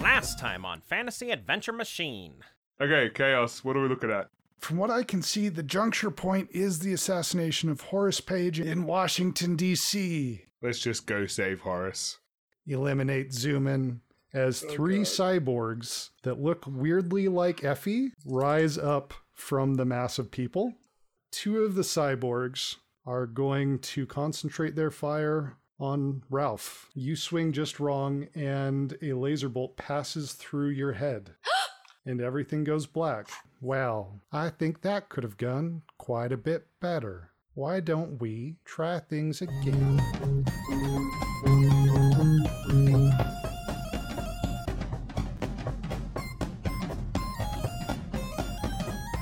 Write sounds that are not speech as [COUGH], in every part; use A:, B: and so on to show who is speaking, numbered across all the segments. A: last time on Fantasy Adventure Machine.
B: Okay, Chaos, what are we looking at?
C: From what I can see, the juncture point is the assassination of Horace Page in Washington, D.C.
B: Let's just go save Horace.
C: Eliminate Zoomin as three cyborgs that look weirdly like Effie rise up from the mass of people. Two of the cyborgs are going to concentrate their fire on Ralph. You swing just wrong, and a laser bolt passes through your head, and everything goes black. Well, I think that could have gone quite a bit better. Why don't we try things again?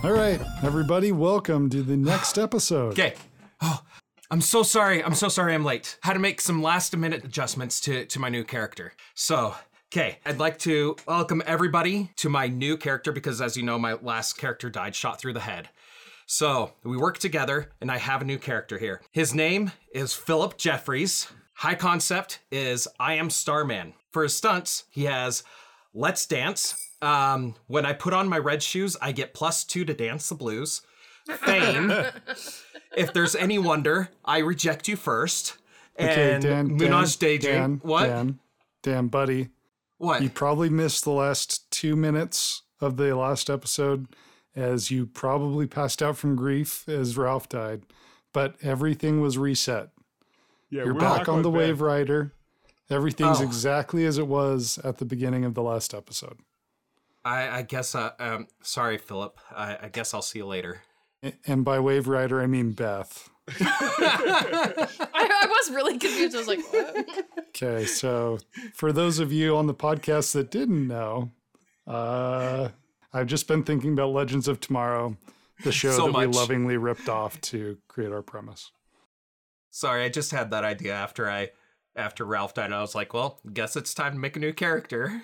C: All right, everybody, welcome to the next
D: [GASPS]
C: episode.
D: Okay. Oh, I'm so sorry. I'm so sorry I'm late. Had to make some last minute adjustments to, to my new character. So, okay. I'd like to welcome everybody to my new character because, as you know, my last character died shot through the head. So, we work together and I have a new character here. His name is Philip Jeffries. High concept is I am Starman. For his stunts, he has Let's Dance. Um, when I put on my red shoes, I get plus two to dance the blues. Fame. if there's any wonder, I reject you first. And Minaj Daydream.
C: Dan,
D: what?
C: Dan, Dan, buddy,
D: what?
C: you probably missed the last two minutes of the last episode as you probably passed out from grief as Ralph died, but everything was reset.
B: Yeah,
C: You're
B: we're
C: back on the
B: there.
C: Wave Rider. Everything's
D: Oh.
C: exactly as it was at the beginning of the last episode.
D: I, I guess. Uh, um, sorry, Philip. I, I guess I'll see you later.
C: A- And by Wave Rider, I mean Beth.
E: I, I was really confused. I was like,
D: [LAUGHS]
E: what?
C: Okay, so for those of you on the podcast that didn't know, uh, I've just been thinking about Legends of Tomorrow, the show
D: So
C: that we
D: much.
C: lovingly ripped off to create our premise.
D: Sorry, I just had that idea after I after Ralph died. and I was like, well, guess it's time to make a
C: [LAUGHS]
D: new character.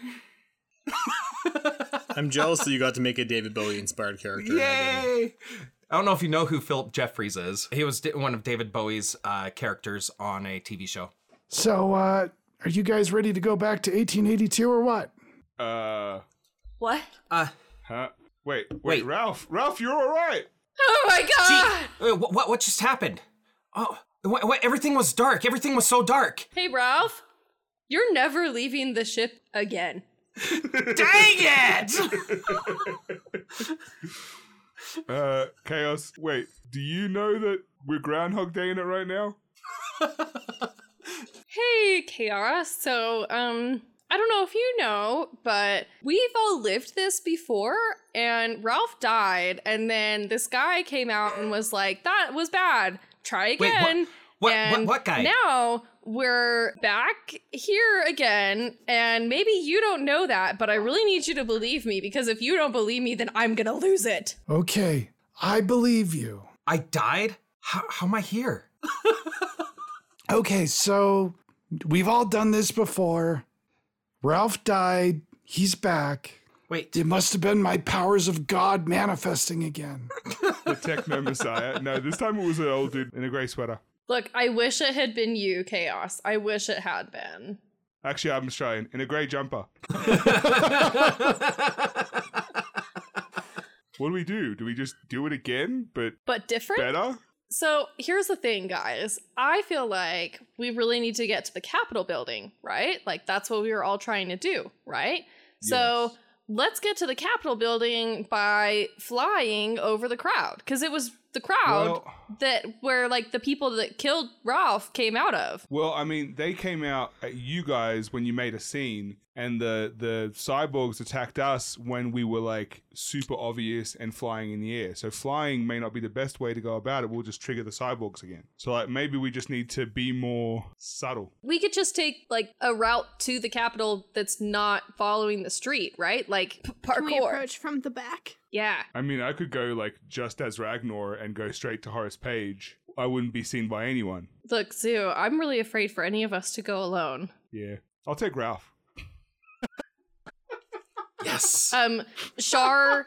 F: I'm jealous that you got to make a David Bowie inspired character. and I didn't.
D: Yay! I don't know if you know who Philip Jeffries is. He was di- one of David Bowie's uh, characters on a TV show.
C: So, uh, are you guys ready to go back to 1882 or what?
B: Uh,
E: what?
D: Uh,
B: huh? Wait, wait,
D: Wait.
B: Ralph, Ralph, you're all right.
E: Oh my
D: gee,
E: god!
D: uh, wh- what what just happened? Oh, what, what, everything was dark. Everything was so dark.
E: Hey, Ralph, you're never leaving the ship again.
D: Dang
E: [LAUGHS]
D: it!
B: Uh, Chaos, wait, do you know that we're Groundhog Day in it right now?
E: Hey, Kiara. So, um, I don't know if you know, but we've all lived this before, and Ralph died, and then this guy came out and was like, that was bad. Try
D: what-
E: again.
D: What, what
E: And
D: what guy?
E: Now we're back here again, and maybe you don't know that, but I really need you to believe me because if you don't believe me, then I'm gonna lose it.
C: Okay, I believe you.
D: I died? How, how am I here?
C: Okay, so we've all done this before. Ralph died, he's back.
D: [LAUGHS] Wait.
C: It must have been my powers of God manifesting again.
B: The
C: [LAUGHS]
B: Techno Messiah. No, this time it was an old dude in a grey sweater.
E: Look, I wish it had been you, Chaos. I wish it had been.
B: Actually, I'm Australian in a grey jumper. What do we do? Do we just do it again, but
E: But different?
B: better?
E: So here's the thing, guys. I feel like we really need to get to the Capitol building, right? Like that's what we were all trying to do, right? So
B: Yes.
E: let's get to the Capitol building by flying over the crowd because it was the crowd
B: Well-
E: that where like the people that killed Ralph came out of.
B: Well, I mean, they came out at you guys when you made a scene, and the the cyborgs attacked us when we were like super obvious and flying in the air. So flying may not be the best way to go about it. We'll just trigger the cyborgs again. So like maybe we just need to be more subtle.
E: We could just take like a route to the Capitol that's not following the street, right? Like p-
G: Can we
E: parkour.
G: approach from the back?
E: Yeah.
B: I mean, I could go like just as Ragnar and go straight to Horace Page. I wouldn't be seen by anyone.
E: Look, Zoo, I'm really afraid for any of us to go alone.
B: Yeah, I'll take Ralph.
D: yes.
E: Um, [LAUGHS] Shar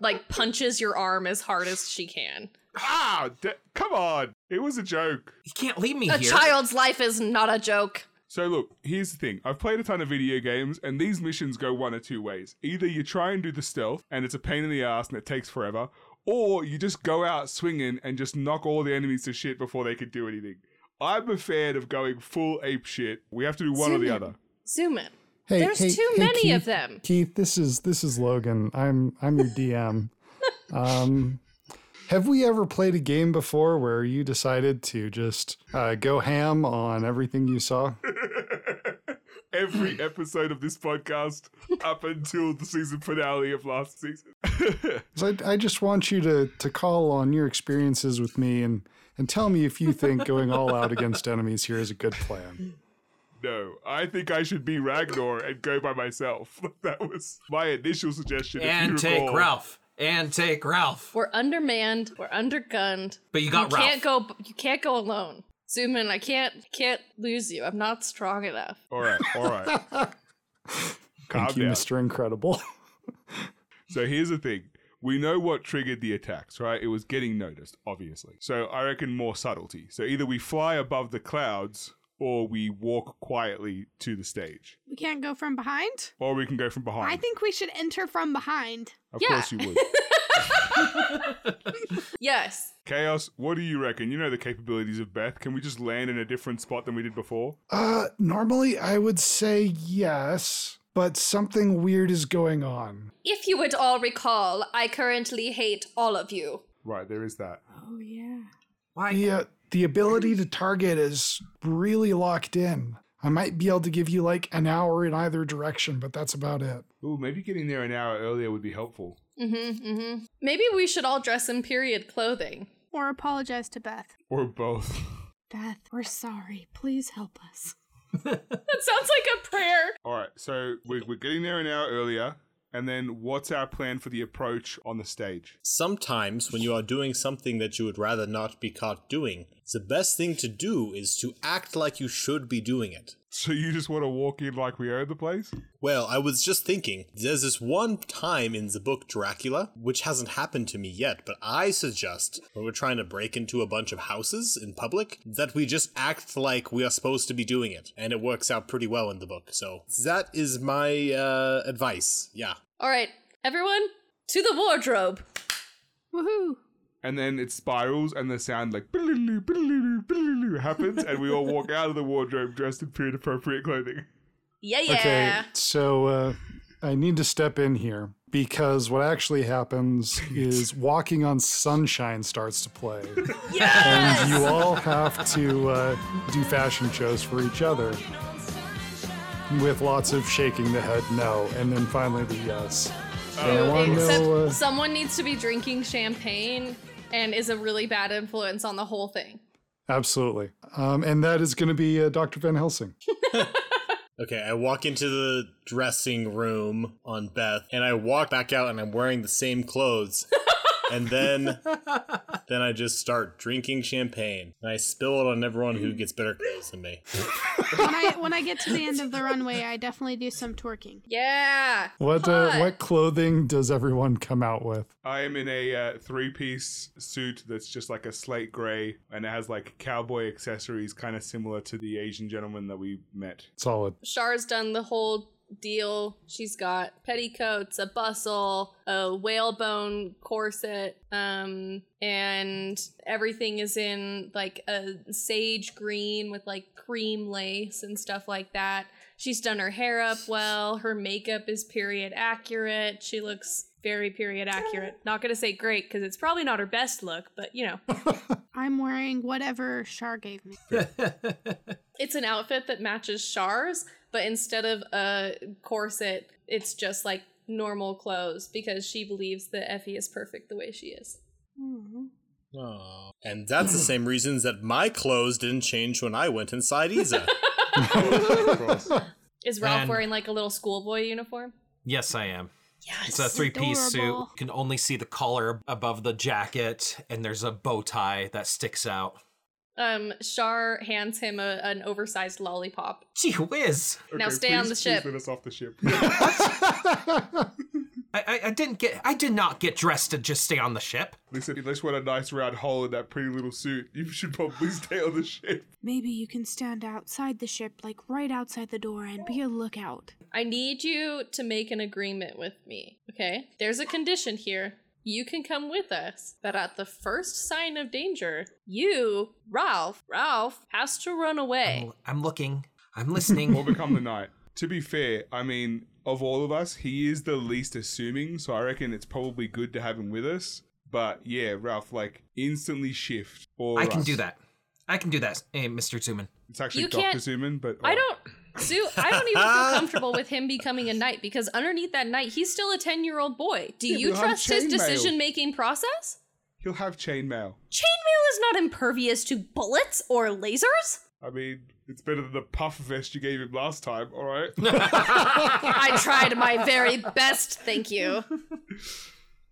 E: like punches your arm as hard as she can.
B: Ah, de- come on! It was a joke.
D: you can't leave me
E: A
D: here.
E: child's life is not a joke.
B: So look, here's the thing. I've played a ton of video games, and these missions go one or two ways. Either you try and do the stealth, and it's a pain in the ass, and it takes forever, or you just go out swinging and just knock all the enemies to shit before they could do anything. I'm a fan of going full ape shit. We have to do one or the
E: Zoom.
B: other.
E: Zoom in.
C: Hey,
E: [LAUGHS] There's
C: hey-
E: too
C: hey,
E: many
C: Keith-
E: of them.
C: Keith, this is this is Logan. I'm I'm your
E: [LAUGHS]
C: DM. um, have we ever played a game before where you decided to just uh, go ham on everything you saw?
B: Every [LAUGHS] episode of this podcast up until the season finale of last season.
C: 'Cause I, I just want you to to call on your experiences with me and and tell me if you think going all out against enemies here is a good plan.
B: No, I think I should be Ragnar and go by myself. [LAUGHS] That was my initial suggestion. if you
D: And take
B: recall.
D: Ralph. And take Ralph.
E: We're undermanned. We're undergunned.
D: But you got
E: you
D: Ralph.
E: Can't go. You can't go alone. Zoom in. I can't. Can't lose you. I'm not strong enough.
B: All right, all right. Calm
C: Thank you,
B: down.
C: Mister Incredible. [LAUGHS]
B: So here's the thing. We know what triggered the attacks, right? It was getting noticed, obviously. So I reckon more subtlety. So either we fly above the clouds or we walk quietly to the stage.
G: We can't go from behind.
B: Or we can go from behind.
G: I think we should enter from behind.
B: of
E: Yeah.
B: course you
G: [LAUGHS]
B: would.
E: Yes.
B: Chaos, what do you reckon? You know the capabilities of Beth. Can we just land in a different spot than we did before?
C: Uh, normally I would say yes, but something weird is going on.
E: If you would all recall, I currently hate all of you.
B: Right, there is that.
G: Oh yeah.
D: Why?
C: The, uh, the ability to target is really locked in. I might be able to give you like an hour in either direction, but that's about it.
B: Ooh, maybe getting there an hour earlier would be helpful.
E: Mm-hmm, mm-hmm. Maybe we should all dress in period clothing.
G: Or apologize to Beth.
B: Or both. [LAUGHS]
G: Beth, we're sorry. Please help us.
E: [LAUGHS] That sounds like a prayer.
B: All right, so we're, we're getting there an hour earlier. And then what's our plan for the approach on the stage?
F: Sometimes, when you are doing something that you would rather not be caught doing, the best thing to do is to act like you should be doing it.
B: So you just want to walk in like we own the place?
F: Well, I was just thinking, there's this one time in the book Dracula, which hasn't happened to me yet, but I suggest when we're trying to break into a bunch of houses in public, that we just act like we are supposed to be doing it. And it works out pretty well in the book. So that is my uh, advice. Yeah.
E: All right, everyone, to the wardrobe.
G: Woohoo!
B: And then it spirals and the sound like "Bililoo, bililoo, bililoo" happens and we all walk out of the wardrobe dressed in period appropriate clothing.
E: Yeah, yeah.
C: Okay, so uh, I need to step in here because what actually happens
E: [LAUGHS]
C: is Walking on Sunshine starts to play. And you all have to uh, do fashion shows for each other with lots of shaking the head no, and then finally the yes. I wanna
E: Except
C: know, uh,
E: someone needs to be drinking champagne and is a really bad influence on the whole thing.
C: Absolutely. Um, and that is going to be uh, Dr. Van Helsing.
F: Okay, I walk into the dressing room on Beth, and I walk back out, and I'm wearing the same clothes. and then, then I just start drinking champagne, and I spill it on everyone who gets better clothes than me.
G: when I when I get to the end of the runway, I definitely do some twerking.
E: Yeah.
C: What uh,
E: Hot.
C: what clothing does everyone come out with?
B: I am in a uh, three piece suit that's just like a slate gray and it has like cowboy accessories, kind of similar to the Asian gentleman that we met.
E: [LAUGHS]
C: Solid.
E: Char's done the whole deal. She's got petticoats, a bustle, a whalebone corset, um, and everything is in like a sage green with like cream lace and stuff like that. She's done her hair up well. Her makeup is period accurate. She looks very period accurate. Not gonna say great because it's probably not her best look, but you know,
G: I'm wearing whatever Shar gave me.
E: it's an outfit that matches Char's, but instead of a corset, it's just like normal clothes because she believes that Effie is perfect the way she is.
F: Aww. And that's the same reasons that my clothes didn't change when I went inside Isa.
E: Is Ralph
D: And-
E: wearing like a little schoolboy uniform?
D: [LAUGHS] yes, I am.
E: Yes.
D: It's a three piece suit. You
G: adorable.
D: can only see the collar above the jacket, and there's a bow tie that sticks out.
E: um, Char hands him a, an oversized lollipop.
D: Gee whiz!
E: now stay on the ship.
B: us off the ship.
D: I, I, I didn't get. I did not get dressed to just stay on the ship.
B: [LAUGHS] Listen, unless you want a nice round hole in that pretty little suit, you should probably stay on the ship.
G: Maybe you can stand outside the ship, like right outside the door, and be a lookout.
E: I need you to make an agreement with me. Okay? There's a condition here. You can come with us, but at the first sign of danger, you, Ralph, Ralph has to run away.
D: Oh, I'm looking. [LAUGHS] I'm
B: Or
D: listening.
B: become the knight. To be fair, I mean, of all of us, he is the least assuming, so I reckon it's probably good to have him with us. But yeah, Ralph, like instantly shift. Or
D: I can do that. I can do that, hey, Mr. Zuman.
B: It's actually
E: You
B: Doctor
E: can't-
B: Zuman, but
E: I don't Sue, I don't even feel comfortable with him becoming a knight because underneath that knight, he's still a 10 year old boy. Do
B: Yeah,
E: you
B: but I'm
E: trust his
B: chainmail.
E: decision making process?
B: He'll have chainmail.
E: Chainmail is not impervious to bullets or lasers.
B: I mean, it's better than the puff vest you gave him last time. All right.
D: [LAUGHS]
E: I tried my very best, thank you.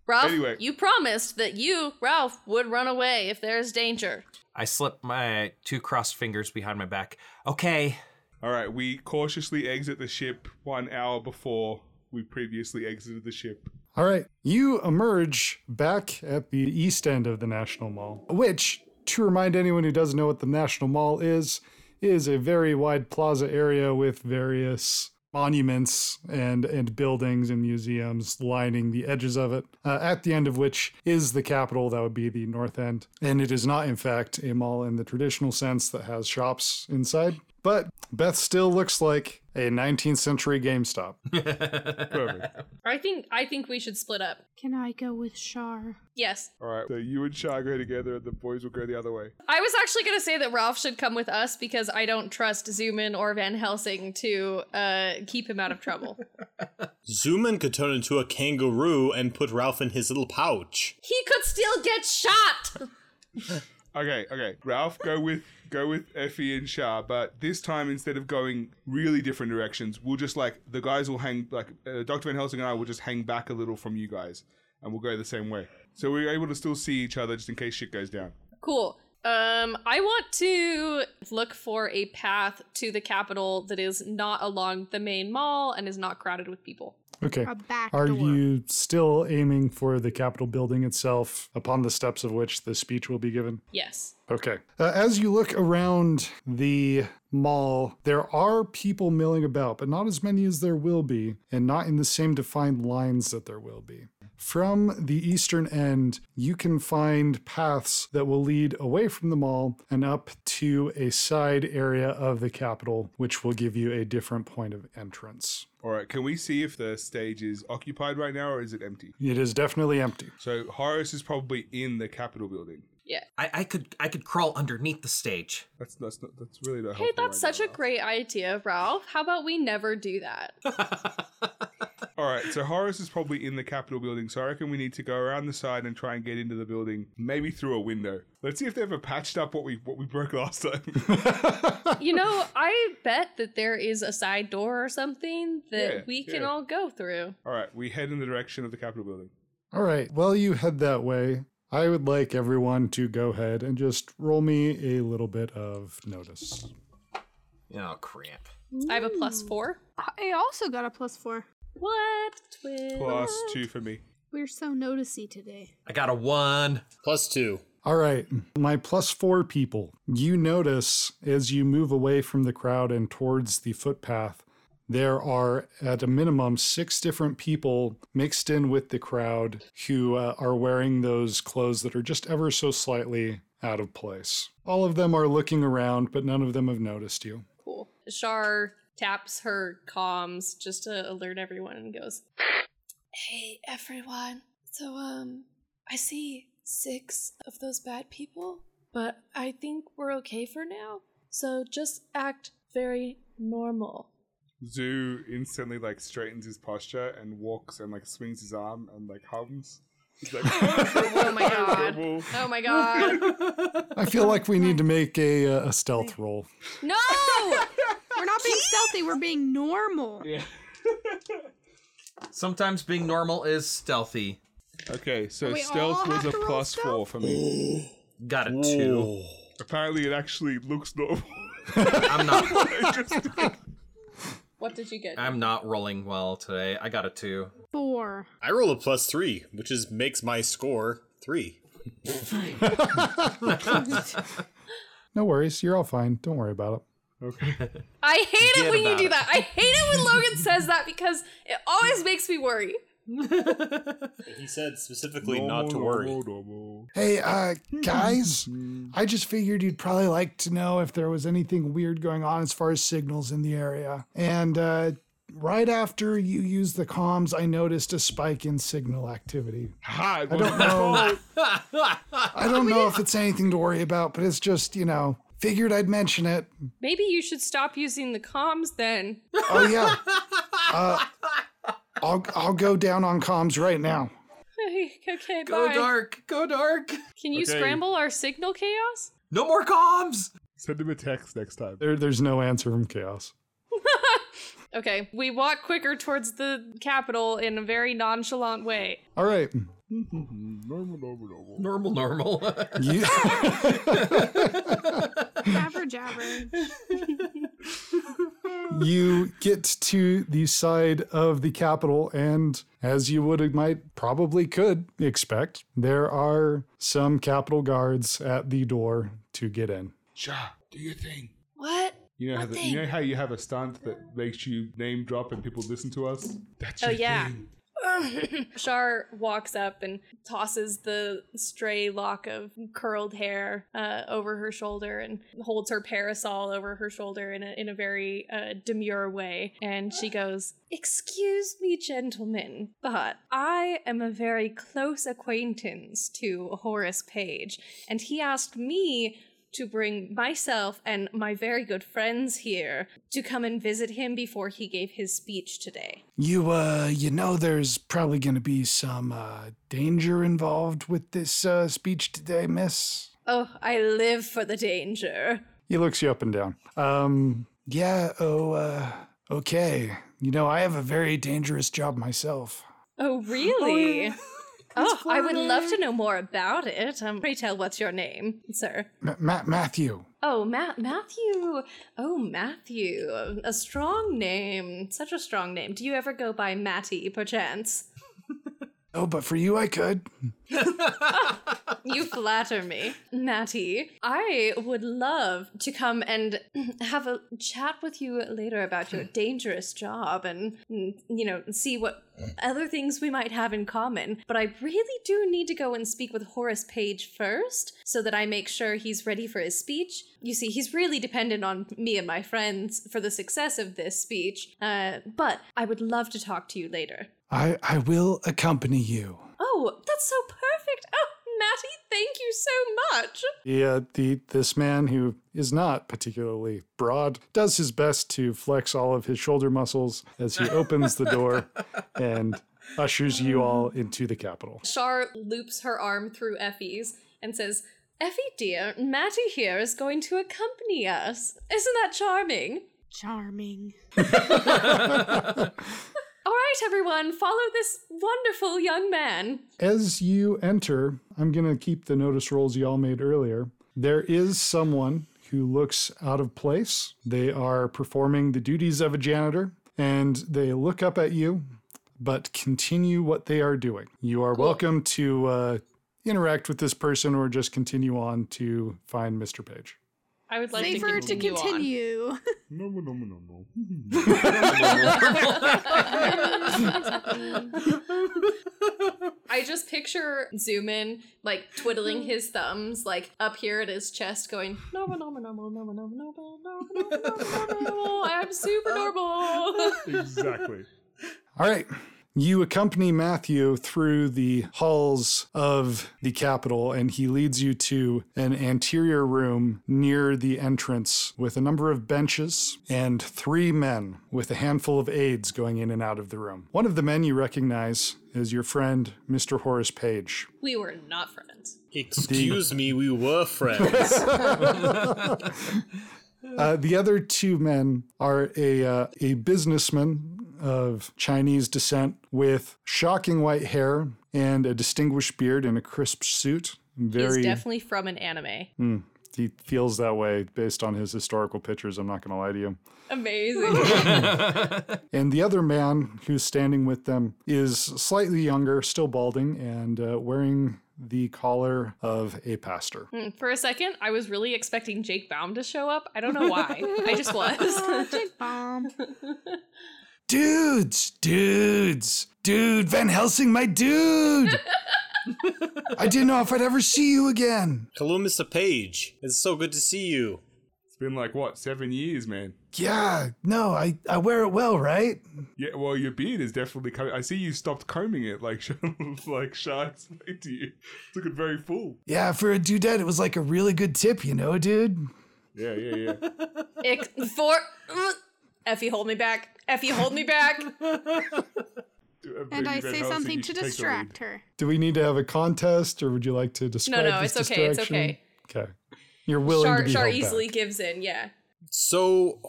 E: Ralph,
B: Anyway.
E: you promised that you, Ralph, would run away if there's danger.
D: I slip my two crossed fingers behind my back. Okay.
B: all right. We cautiously exit the ship one hour before we previously exited the ship.
C: All right, you emerge back at the east end of the National Mall, which, to remind anyone who doesn't know what the National Mall is, is a very wide plaza area with various monuments and and buildings and museums lining the edges of it. Uh, at the end of which is the capital, that would be the North End, and it is not, in fact, a mall in the traditional sense that has shops inside. But Beth still looks like a 19th century GameStop.
B: Perfect.
E: I think I think we should split up.
G: Can I go with Shar?
E: Yes.
B: all right. So you and Char go together, and the boys will go the other way.
E: I was actually going to say that Ralph should come with us because I don't trust Zuman or Van Helsing to uh, keep him out of trouble.
F: Zuman could turn into a kangaroo and put Ralph in his little pouch.
E: he could still get shot. [LAUGHS]
B: Okay, okay. Ralph, go with go with Effie and Shah, but this time instead of going really different directions, we'll just like the guys will hang like uh, Doctor Van Helsing and I will just hang back a little from you guys, and we'll go the same way. So we're able to still see each other just in case shit goes down.
E: Cool. Um, I want to look for a path to the capital that is not along the main mall and is not crowded with people.
C: Okay.
G: A back
C: Are
G: door.
C: you still aiming for the Capitol building itself, upon the steps of which the speech will be given?
E: Yes.
C: Okay. Uh, as you look around the mall, there are people milling about, but not as many as there will be, and not in the same defined lines that there will be. From the eastern end, you can find paths that will lead away from the mall and up to a side area of the Capitol, which will give you a different point of entrance.
B: All right, can we see if the stage is occupied right now or is it empty?
C: It is definitely empty.
B: So Horus is probably in the Capitol building.
E: Yeah.
D: I, I could I could crawl underneath the stage. [LAUGHS]
B: That's that's not, that's really not.
E: Hey,
B: helpful
E: that's
B: right
E: such a
B: now.
E: great idea, Ralph. How about we never
B: [LAUGHS]
E: do that?
D: Oh,
B: All right, so Horus is probably in the Capitol building, so I reckon we need to go around the side and try and get into the building, maybe through a window. Let's see if they ever patched up what we what we broke last time.
E: you know, I bet that there is a side door or something that
B: Yeah,
E: we can
B: yeah.
E: all go through.
B: All right, we head in the direction of the Capitol building.
C: All right. While you head that way, I would like everyone to go ahead and just roll me a little bit of notice.
D: Oh crap.
E: I have a
B: Hmm.
E: plus four.
G: I also got a plus four.
E: What? Twin.
B: Plus two for me.
G: We're so noticey today.
D: I got a one.
F: Plus two.
C: All right. My plus four people, you notice as you move away from the crowd and towards the footpath, there are at a minimum six different people mixed in with the crowd who uh, are wearing those clothes that are just ever so slightly out of place. All of them are looking around, but none of them have noticed you.
E: Cool. Shar taps her comms just to alert everyone and goes,
H: Hey everyone. So um I see 6 of those bad people, but I think we're okay for now. So just act very normal.
B: Zoo instantly like straightens his posture and walks and like swings his arm and like hums. He's like,
E: Oh
D: [LAUGHS]
E: my god.
B: "Well,
E: Oh my god.
C: I feel like we need to make a, uh, a stealth roll.
E: No!
G: We're not being stealthy, we're being normal.
D: Sometimes being normal is stealthy.
B: Okay, so
G: We
B: stealth
G: all
B: was
G: have
B: a
G: to roll
B: plus
G: stealth?
B: four for me.
D: Got a two. [LAUGHS]
B: Apparently, it actually looks normal.
D: I'm not.
E: What did you get?
D: I'm not rolling well today. I got a two.
G: Four.
F: I roll a plus three, which is makes my score three.
C: No worries. You're all fine. Don't worry about it.
E: I hate it
D: Forget
E: when you
D: about
E: do
D: it.
E: that. I hate
D: [LAUGHS]
E: it when Logan says that because it always makes me worry.
F: He said specifically not to worry.
C: Hey, uh, guys, I just figured you'd probably like to know if there was anything weird going on as far as signals in the area. And uh, right after you used the comms, I noticed a spike in signal activity.
B: Ha!
C: I don't know. I don't know if it's anything to worry about, but it's just, you know, figured I'd mention it.
E: Maybe you should stop using the comms then.
C: Oh, yeah. Uh, I'll, I'll go down on comms right now.
E: [LAUGHS] okay,
D: Go
E: bye.
D: dark. Go dark.
E: Can you
B: Okay.
E: scramble our signal chaos?
D: No more comms.
B: Send him a text next time.
C: There, there's no answer from chaos.
E: Okay, we walk quicker towards the capital in a very nonchalant way.
C: All right.
D: Normal, normal. [LAUGHS]
C: You- [LAUGHS]
G: Jabber jabber.
E: [LAUGHS]
C: you get to the side of the capital and as you would might probably could expect there are some capital guards at the door to get in
B: Ja, do your thing.
H: What?
B: You know, how
H: What
B: the,
H: thing?
B: you know how you have a stunt that makes you name drop and people listen to us?
G: Oh,
B: That's your
E: yeah.
B: thing.
E: [LAUGHS] Shar walks up and tosses the stray lock of curled hair uh, over her shoulder and holds her parasol over her shoulder in a, in a very uh, demure way. And she goes, Excuse me, gentlemen, but I am a very close acquaintance to Horace Page, and he asked me to bring myself and my very good friends here to come and visit him before he gave his speech today.
C: you uh you know there's probably going to be some uh danger involved with this uh speech today miss
E: Oh, I live for the danger.
C: He looks you up and down. Um, yeah, oh, uh, okay. You know, I have a very dangerous job myself.
E: Oh, [LAUGHS] really? Oh, I would
G: floating
E: love to know more about it. Um, pray tell, what's your name, sir?
C: Ma- Ma- Matthew.
E: Oh, Ma- Matthew. Oh, Matthew. A strong name. Such a strong name. Do you ever go by Matty, perchance?
C: Oh, but for you, I could.
E: You flatter me, Matty. I would love to come and [CLEARS THROAT] have a chat with you later about your dangerous job and, mm, you know, see what other things we might have in common. But I really do need to go and speak with Horace Page first so that I make sure he's ready for his speech. You see, he's really dependent on me and my friends for the success of this speech. Uh, but I would love to talk to you later.
C: I, I will accompany you.
E: Oh, that's so perfect. Oh, Matty, thank you so much.
C: The, uh, the this man who is not particularly broad does his best to flex all of his shoulder muscles as he opens the [LAUGHS] door and ushers you all into the capital.
E: Shar loops her arm through Effie's and says, Effie dear, Matty here is going to accompany us. Isn't that charming?
G: Charming.
E: All right, everyone, follow this wonderful young man.
C: As you enter, I'm going to keep the notice rolls y'all made earlier. There is someone who looks out of place. They are performing the duties of a janitor and they look up at you, but continue what they are doing. You are welcome to uh, interact with this person or just continue on to find Mr. Page.
E: I would like
G: Favor
E: to continue. on.
B: No, no, no, no, no.
E: I just picture Zoomin like twiddling his thumbs like up here at his chest, going normal, normal, normal, normal, normal, normal, normal, normal, normal. I'm super normal.
B: [LAUGHS] Exactly.
C: All right. You accompany Matthew through the halls of the Capitol, and he leads you to an anterior room near the entrance with a number of benches and three men with a handful of aides going in and out of the room. One of the men you recognize is your friend, Mr. Horace Page.
E: we were not friends.
F: Excuse me, we were friends.
C: Uh, the other two men are a uh, a businessman of Chinese descent with shocking white hair and a distinguished beard and a crisp suit.
E: He's
C: Very
E: definitely from an anime.
C: he feels that way based on his historical pictures. I'm not going to lie to you.
E: Amazing.
C: And the other man who's standing with them is slightly younger, still balding, and uh, wearing the collar of a pastor.
E: Mm, For a second, I was really expecting Jake Baum to show up. I don't know why. I just [LAUGHS]
G: Oh,
E: was.
G: Jake Bomb.
C: Dudes, dudes, dude, Van Helsing, my [LAUGHS] dude. I didn't know if I'd ever see you again.
F: Hello, Mr. Page. It's so good to see you.
B: It's been like what seven years, man.
C: Yeah, no, I, I wear it well, right?
B: Yeah, well, your beard is definitely. Co- I see you stopped combing it, like [LAUGHS] sh- like sharks [LAUGHS] to you. It's looking very full.
C: Yeah, for a dudette, it was like a really good tip, you know, dude?
B: Yeah, yeah,
G: [LAUGHS]
B: yeah.
E: Ick, for uh, Effie, hold me back. Effie, hold me [LAUGHS] back.
G: And I say something to distract her.
C: Do we need to have a contest or would you like to describe
E: no,
C: this
E: it's okay, it's
C: distraction?
E: okay.
C: Okay. You're willing to
E: Char,
C: be
E: Char
C: held
E: easily
C: back.
E: gives in. Yeah.
F: So,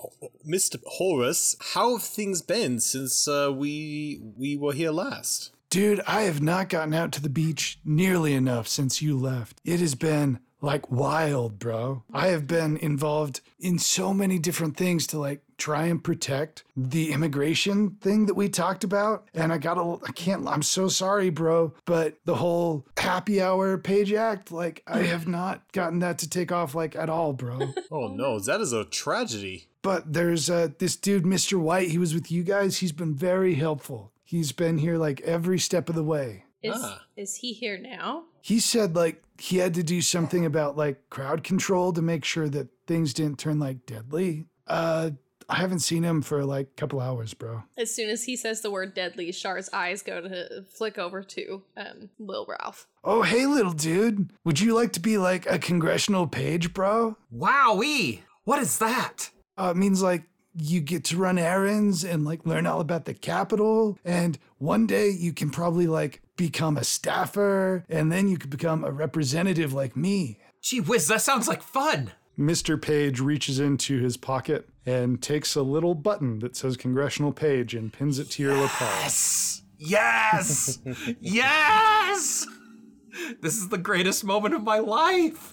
F: Mr. Horus, how have things been since uh, we we were here last?
C: Dude, I have not gotten out to the beach nearly enough since you left. It has been like wild, bro. I have been involved in so many different things to like try and protect the immigration thing that we talked about. And I gotta, I can't, I'm so sorry, bro. But the whole happy hour page act, like, I have not gotten that to take off like at all, bro.
F: Oh no, that is a tragedy.
C: But there's uh, this dude, Mr. White. He was with you guys. He's been very helpful. He's been here like every step of the way.
E: Is
F: Ah.
E: is he here now?
C: He said like he had to do something about like crowd control to make sure that things didn't turn like deadly. Uh, I haven't seen him for like a couple hours, bro.
E: As soon as he says the word deadly, Char's eyes go to flick over to um, Lil Ralph.
C: Oh, hey, little dude. Would you like to be like a congressional page, bro?
D: Wowee! What is that?
C: Uh, it means like you get to run errands and like learn all about the capital. And one day you can probably like become a staffer and then you could become a representative like me.
D: Gee whiz, that sounds like fun.
C: Mr. Page reaches into his pocket and takes a little button that says Congressional Page and pins it to your lapel.
D: Yes! Yes! yes! This is the greatest moment of my life.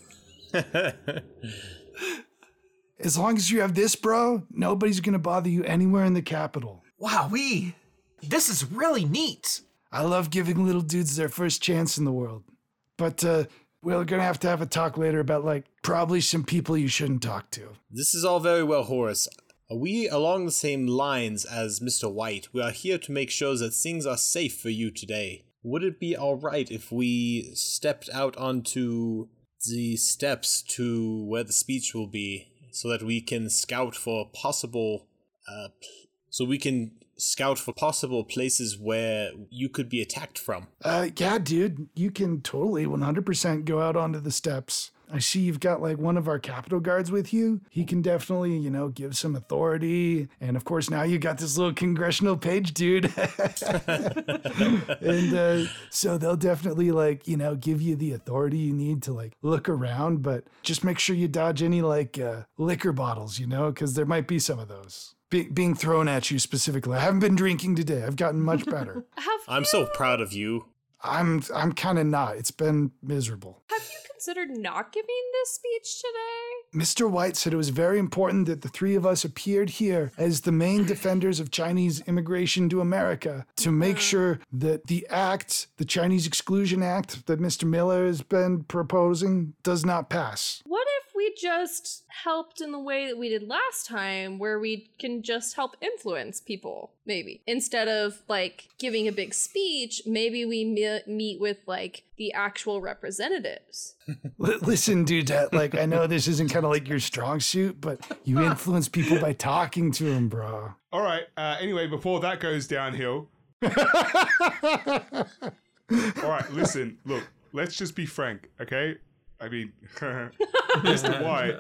C: As long as you have this, bro, nobody's gonna bother you anywhere in the capital.
D: Wowee! This is really neat.
C: I love giving little dudes their first chance in the world. But uh, we're gonna have to have a talk later about like probably some people you shouldn't talk to.
F: This is all very well, Horus. Are we along the same lines as Mr. White? We are here to make sure that things are safe for you today. Would it be alright if we stepped out onto the steps to where the speech will be so that we can scout for possible. Uh, pl- so we can scout for possible places where you could be attacked from?
C: Uh, yeah, dude, you can totally 100% go out onto the steps. I see you've got like one of our Capitol guards with you. He can definitely, you know, give some authority. And of course, now you got this little congressional page, dude. [LAUGHS] and uh, so they'll definitely like, you know, give you the authority you need to like look around, but just make sure you dodge any like uh, liquor bottles, you know, because there might be some of those. Be- being thrown at you specifically. I haven't been drinking today. I've gotten much better.
E: Have
F: I'm so proud of you.
C: I'm I'm kind of not. It's been miserable.
E: Have you considered not giving this speech today?
C: Mr. White said it was very important that the three of us appeared here as the main defenders of Chinese immigration to America to make sure that the act, the Chinese Exclusion Act that Mr. Miller has been proposing does not pass.
E: What if we just helped in the way that we did last time, where we can just help influence people, maybe? Instead of like giving a big speech, maybe we me- meet with like the actual representatives.
C: L- listen, dudette, like I know this isn't kind of like your strong suit, but you influence people by talking to them, bro.
B: All right. Uh, anyway, before that goes downhill, all right. Listen, look. Let's just be frank, okay? I mean, [LAUGHS] Mr. White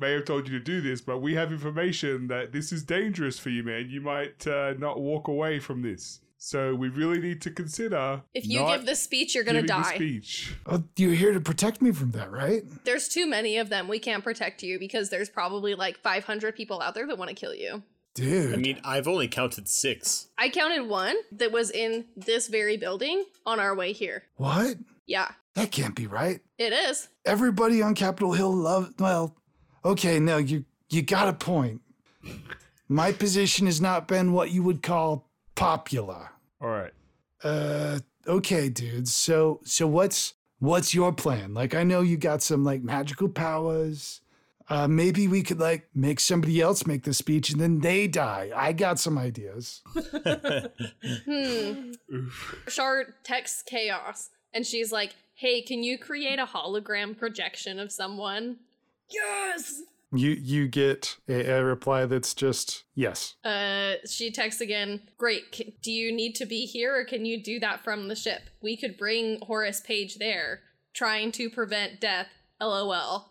B: may have told you to do this, but we have information that this is dangerous for you, man. You might uh, not walk away from this, so we really need to consider.
E: If you
B: not
E: give this speech, you're gonna
B: giving the
E: die.
B: Speech.
C: Oh, you're here to protect me from that, right?
E: There's too many of them. We can't protect you because there's probably like 500 people out there that want to kill you.
C: Dude.
F: I mean, I've only counted six.
E: I counted one that was in this very building on our way here.
C: what?
E: Yeah.
I: That can't be right.
E: It is.
I: Everybody on Capitol Hill loved. Well, okay, no, you you got a point. My position has not been what you would call popular.
B: All right.
I: Uh, okay, dudes. So so what's what's your plan? Like, I know you got some like magical powers. Uh, maybe we could like make somebody else make the speech and then they die. I got some ideas.
E: Hmm. Shard texts Chaos and she's like, hey, can you create a hologram projection of someone? Yes!
C: You you get a, a reply that's just yes.
E: Uh, she texts again, great, c- do you need to be here or can you do that from the ship? We could bring Horace Page there, trying to prevent death, lol.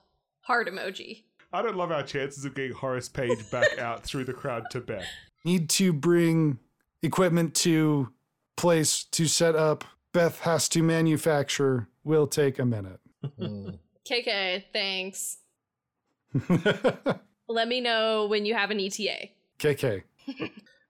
E: Heart emoji.
B: I don't love our chances of getting Horace Page back out through the crowd to Beth.
I: Need to bring equipment to place to set up. Beth has to manufacture. Will take a minute. [LAUGHS]
E: KK, thanks. Let me know when you have an E ETA.
I: KK.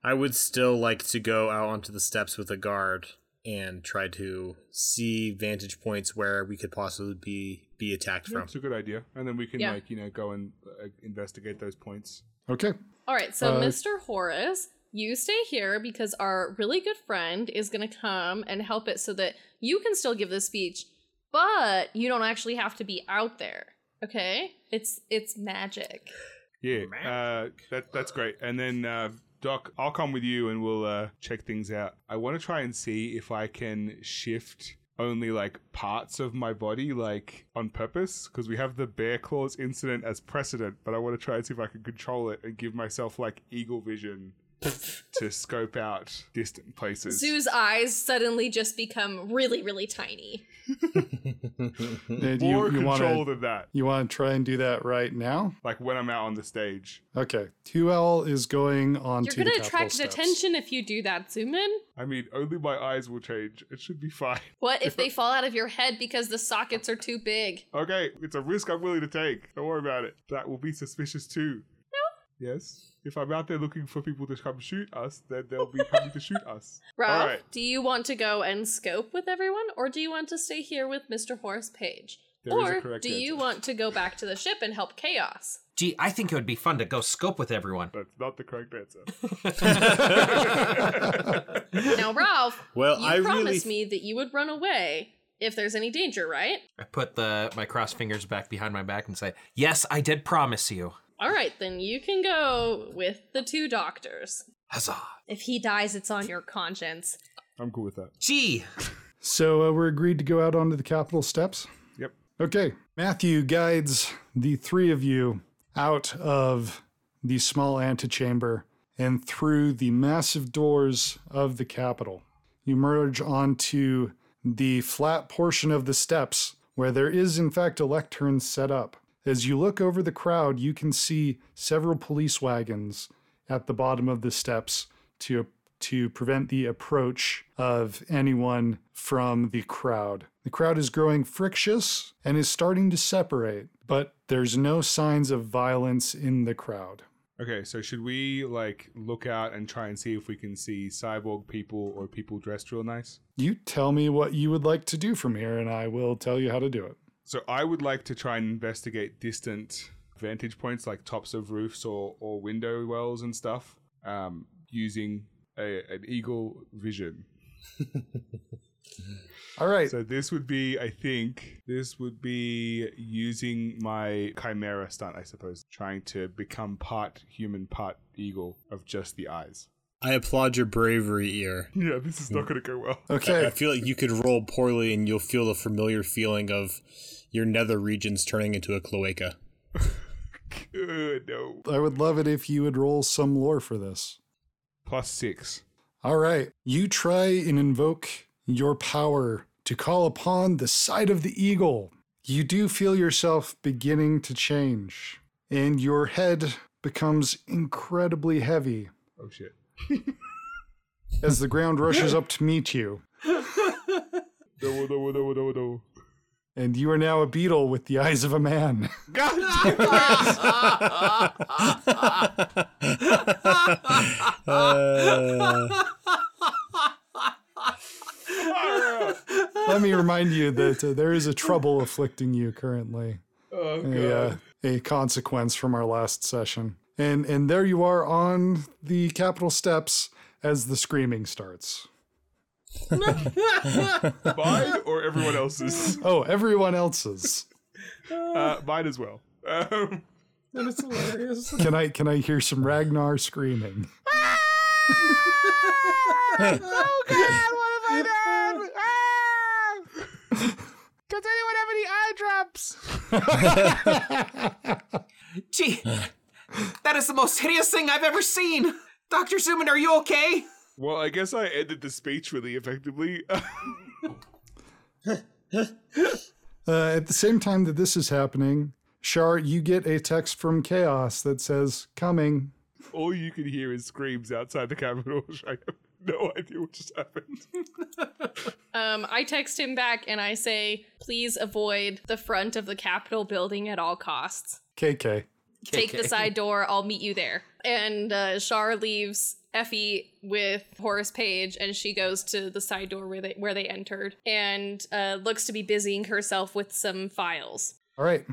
F: I would still like to go out onto the steps with a guard and try to see vantage points where we could possibly be be attacked from.
B: It's a good idea, and then we can
E: Yeah.
B: like you know go and uh, investigate those points.
C: Okay.
E: All right, so
C: Uh,
E: Mr. Horace, you stay here because our really good friend is going to come and help it so that you can still give the speech, but you don't actually have to be out there. Okay? It's it's magic.
B: Yeah, uh, that that's great. And then uh, Doc, I'll come with you, and we'll uh, check things out. I want to try and see if I can shift only like parts of my body, like on purpose, because we have the bear claws incident as precedent. But I want to try and see if I can control it and give myself like eagle [LAUGHS] vision. to scope out distant places.
E: Zoo's eyes suddenly just become really really tiny.
C: And
B: Hmm. More
C: you you want
B: control
C: to
B: than that.
C: you want to try and do that right now?
B: Like when I'm out on the stage.
C: Okay. QL is going on
E: You're
C: to the
E: going to
C: Capitol
E: attract
C: steps.
E: attention if you do that, Zoomin.
B: I mean, only my eyes will change. It should be fine. [LAUGHS]
E: What if they fall out of your head because the sockets are too big?
B: Okay, it's a risk I'm willing to take. Don't worry about it. That will be suspicious too. No. Yes. If I'm out there looking for people to come shoot us, then they'll be coming to shoot us.
E: Ralph,
B: All right.
E: do you want to go and scope with everyone, or do you want to stay here with Mr. Horace Page?
B: There is a
E: or
B: correct
E: do you
B: answer.
E: want to go back to the ship and help Chaos?
D: Gee, I think it would be fun to go scope with everyone.
B: That's not the correct answer. [LAUGHS]
E: Now, Ralph,
F: Well,
E: you
F: I really
E: promised me that you would run away if there's any danger, right?
D: I put the my cross fingers back behind my back and say, "Yes, I did promise you."
E: All right, then you can go with the two doctors.
D: Huzzah!
E: If he dies, it's on your conscience.
B: I'm cool with that.
D: Gee,
C: So uh, we're agreed to go out onto the Capitol steps.
B: Yep.
C: Okay. Matthew guides the three of you out of the small antechamber and through the massive doors of the Capitol. You merge onto the flat portion of the steps where there is, in fact, a lectern set up. As you look over the crowd, you can see several police wagons at the bottom of the steps to to prevent the approach of anyone from the crowd. The crowd is growing frictious and is starting to separate, but there's no signs of violence in the crowd.
B: Okay, so should we like look out and try and see if we can see cyborg people or people dressed real nice?
C: You tell me what you would like to do from here and I will tell you how to do it.
B: So I would like to try and investigate distant vantage points, like tops of roofs or, or window wells and stuff, um, using a, an eagle vision.
C: All right.
B: So this would be, I think, this would be using my chimera stunt, I suppose, trying to become part human, part eagle of just the eyes.
F: [LAUGHS]
B: [LAUGHS]
F: I applaud your bravery, ear.
B: Yeah, this is not going to go well. [LAUGHS]
F: I
C: okay.
F: feel like you could roll poorly and you'll feel the familiar feeling of your nether regions turning into a [LAUGHS] cloaca.
B: Uh, no.
C: I would love it if you would roll some lore for this.
B: Plus six.
C: All right. You try and invoke your power to call upon the sight of the eagle. You do feel yourself beginning to change, and your head becomes incredibly heavy
B: Oh shit.
C: as the ground rushes up to meet you.
B: No, no, no, no, no.
C: And you are now a beetle with the eyes of a man. [LAUGHS]
F: Uh,
C: Let me me remind you that uh, there is a trouble afflicting you currently.
B: Oh
C: a, uh, a consequence from our last session. And and there you are on the Capitol steps as the screaming starts.
B: Mine or everyone
C: [LAUGHS]
B: else's?
C: Oh, everyone else's.
B: Uh, mine as well. Um,
D: And it's hilarious.
C: Can I can I hear some Ragnar screaming?
J: Ah!
C: [LAUGHS]
J: oh god, what have I done? Ah! Does anyone have any eye drops?
D: Gee, that is the most hideous thing I've ever seen. Dr. Zuman, are you okay?
B: well, I guess I ended the speech really effectively. [LAUGHS]
C: Uh, at the same time that this is happening, Shar, you get a text from Chaos that says coming.
B: All you can hear is screams outside the Capitol. [LAUGHS] I have no idea what just happened.
E: Um, I text him back and I say, please avoid the front of the Capitol building at all costs.
C: KK.
E: Take the side door. I'll meet you there. And uh, Shar leaves Effie with Horace Page, and she goes to the side door where they where they entered, and uh, looks to be busying herself with some files.
C: All right.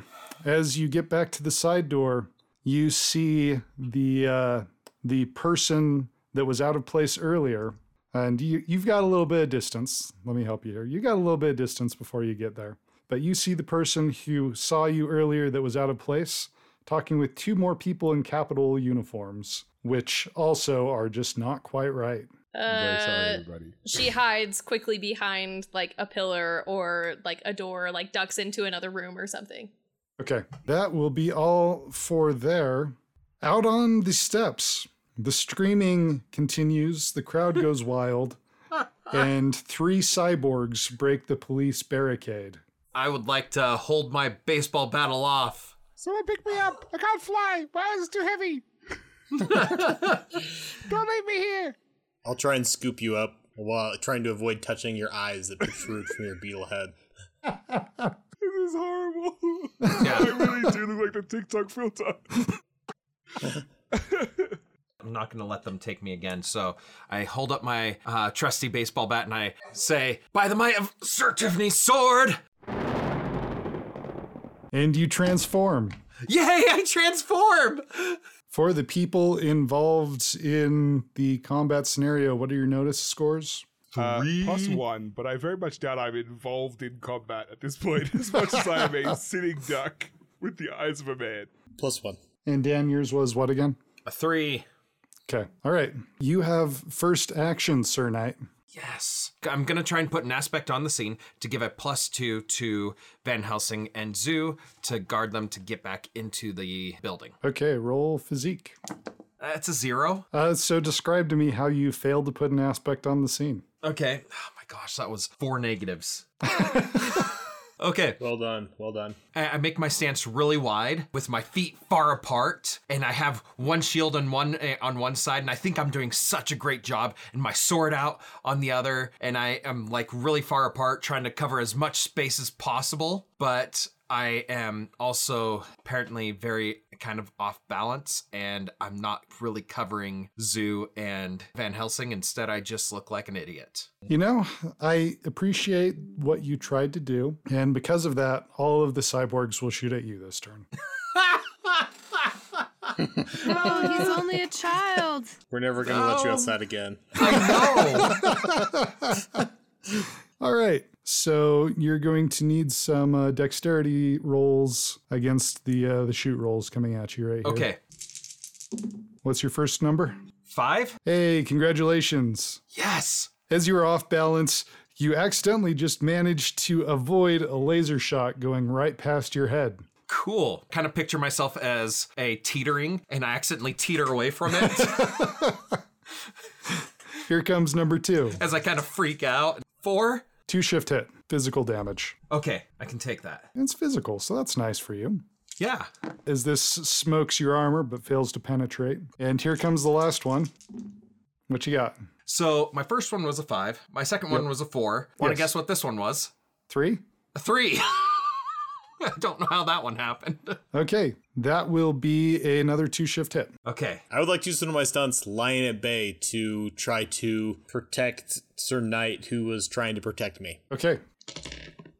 C: As you get back to the side door, you see the uh, the person that was out of place earlier, and you, you've got a little bit of distance. Let me help you here. You got a little bit of distance before you get there, but you see the person who saw you earlier that was out of place talking with two more people in Capitol uniforms, which also are just not quite right.
B: I'm very sorry,
E: Uh,
B: everybody.
E: she hides quickly behind like a pillar or like a door, like ducks into another room or something.
C: Okay, that will be all for there. Out on the steps, the screaming continues, the crowd
B: [LAUGHS]
C: goes wild, and three cyborgs break the police barricade.
D: I would like to hold my baseball battle [LAUGHS] off.
J: Someone pick me up. I can't fly. My arms too heavy. Don't leave me here.
F: I'll try and scoop you up while trying to avoid touching your eyes that protrude from your beetle head.
B: This is horrible. [LAUGHS] I
D: Yeah,
B: really do look like the TikTok filter.
D: [LAUGHS] I'm not going to let them take me again. So I hold up my uh, trusty baseball bat and I say, By the might of Sir Tiffany's sword!
C: And you transform.
D: Yay, I transform!
C: For the people involved in the combat scenario, what are your notice scores?
B: Uh, plus one, but I very much doubt I'm involved in combat at this point [LAUGHS] as much as I am a sitting duck with the eyes of a man.
F: Plus one.
C: And Dan, yours was what again?
D: A three.
C: Okay, all right. You have first action, Sir Knight.
D: Yes. I'm going to try and put an aspect on the scene to give a plus two to Van Helsing and Zoo to guard them to get back into the building.
C: Okay, roll physique.
D: That's a zero.
C: Uh, so describe to me how you failed to put an aspect on the scene.
D: Okay. Oh my gosh, that was four negatives. [LAUGHS] okay.
F: Well done. Well done.
D: I I make my stance really wide with my feet far apart, and I have one shield on one eh, on one side, and I think I'm doing such a great job, and my sword out on the other, and I am like really far apart, trying to cover as much space as possible, but. I am also apparently very kind of off balance, and I'm not really covering Zoo and Van Helsing. Instead, I just look like an idiot.
C: You know, I appreciate what you tried to do, and because of that, all of the cyborgs will shoot at you this turn.
G: Oh, he's only a child.
F: We're never going to let you outside again.
D: I know.
C: All right, so you're going to need some uh, dexterity rolls against the uh, the shoot rolls coming at you right here.
D: okay,
C: What's your first number?
D: five.
C: Hey, congratulations!
D: Yes.
C: As you were off balance, you accidentally just managed to avoid a laser shot going right past your head.
D: cool. Kind of picture myself as a teetering and I accidentally teeter away from it
C: Here comes number two.
D: as I kind of freak out. Four.
C: Two shift hit, physical damage.
D: Okay, I can take that.
C: It's physical, so that's nice for you.
D: Yeah.
C: As this smokes your armor but fails to penetrate. And here comes the last one. What you got?
D: So my first one was a five. My second one was a four. Want
C: Yes.
D: to guess what this one was?
C: Three?
D: A three. [LAUGHS] I don't know how that one happened.
C: Okay, that will be another two shift hit.
D: Okay.
F: I would like to use one of my stunts, Lion at Bay, to try to protect Sir Knight, who was trying to protect me.
C: Okay,